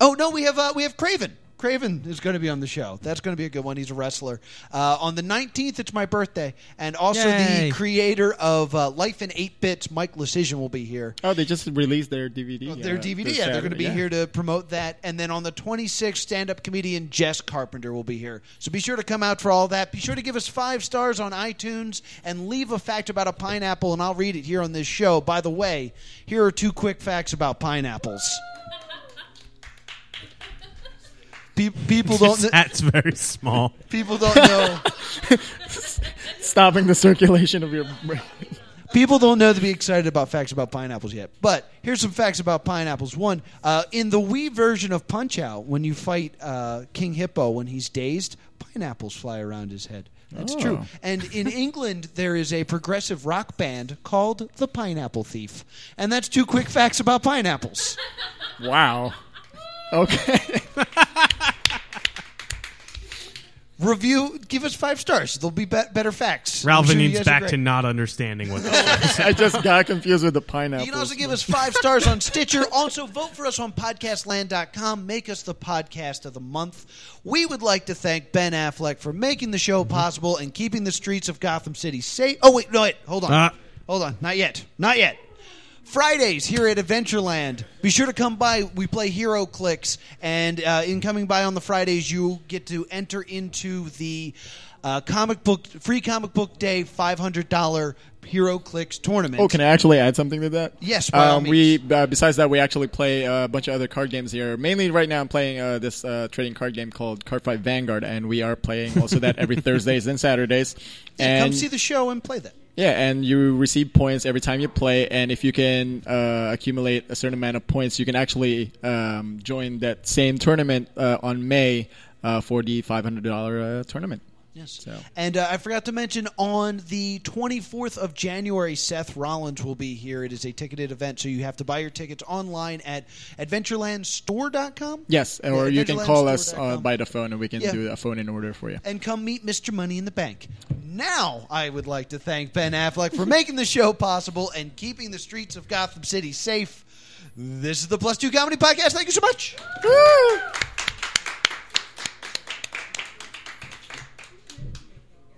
Oh no, we have uh, we have Craven. Craven is going to be on the show. That's going to be a good one. He's a wrestler. Uh, on the nineteenth, it's my birthday, and also Yay. the creator of uh, Life in Eight Bits, Mike Lecision, will be here. Oh, they just released their DVD. Oh, Their uh, DVD, yeah, this they're going to Saturday. be Yeah. here to promote that. And then on the 26th, stand up comedian Jess Carpenter will be here. So be sure to come out for all that. Be sure to give us five stars on iTunes and leave a fact about a pineapple, and I'll read it here on this show. By the way, here are two quick facts about pineapples. Pe- (laughs) people don't kn- That's very small. people don't know Stopping the circulation of your brain. (laughs) people don't know to be excited about facts about pineapples yet. But here's some facts about pineapples. One, uh, in the Wii version of Punch Out, when you fight uh, King Hippo when he's dazed, pineapples fly around his head. That's Oh. true. And in England, there is a progressive rock band called the Pineapple Thief. And that's two quick facts about pineapples. Wow. Okay. (laughs) Review, give us five stars. There'll be, be- better facts. I'm sure you Ralph guys are back great. to not understanding (laughs) what that (laughs) I just got confused with the pineapple. You can also give us five stars on Stitcher. Also, vote for us on podcastland.com. Make us the podcast of the month. We would like to thank Ben Affleck for making the show possible and keeping the streets of Gotham City safe. Oh, wait, no, wait. Hold on. Ah. Hold on. Not yet. Not yet. Fridays here at Adventureland. Be sure to come by. We play Hero Clicks, and uh, in coming by on the Fridays, you get to enter into the uh, comic book free comic book day five hundred dollar Hero Clicks tournament. Oh, can I actually add something to that? Yes, by all Um, we uh, besides that, we actually play uh, a bunch of other card games here. Mainly right now, I'm playing uh, this uh, trading card game called Card Fight Vanguard, and we are playing also that (laughs) every Thursdays and Saturdays. Yeah, and come see the show and play that. Yeah, and you receive points every time you play, and if you can uh, accumulate a certain amount of points, you can actually um, join that same tournament uh, on May uh, for the five hundred dollar uh, tournament. Yes. So. And uh, I forgot to mention on the 24th of January, Seth Rollins will be here. It is a ticketed event, so you have to buy your tickets online at AdventurelandStore.com. Yes, Yeah, or you can call us uh, AdventurelandStore.com. by the phone, and we can Yeah. do a phone in order for you. and come meet Mr. Money in the Bank. Now, I would like to thank Ben Affleck for making the show possible and keeping the streets of Gotham City safe. This is the Plus Two Comedy Podcast. Thank you so much.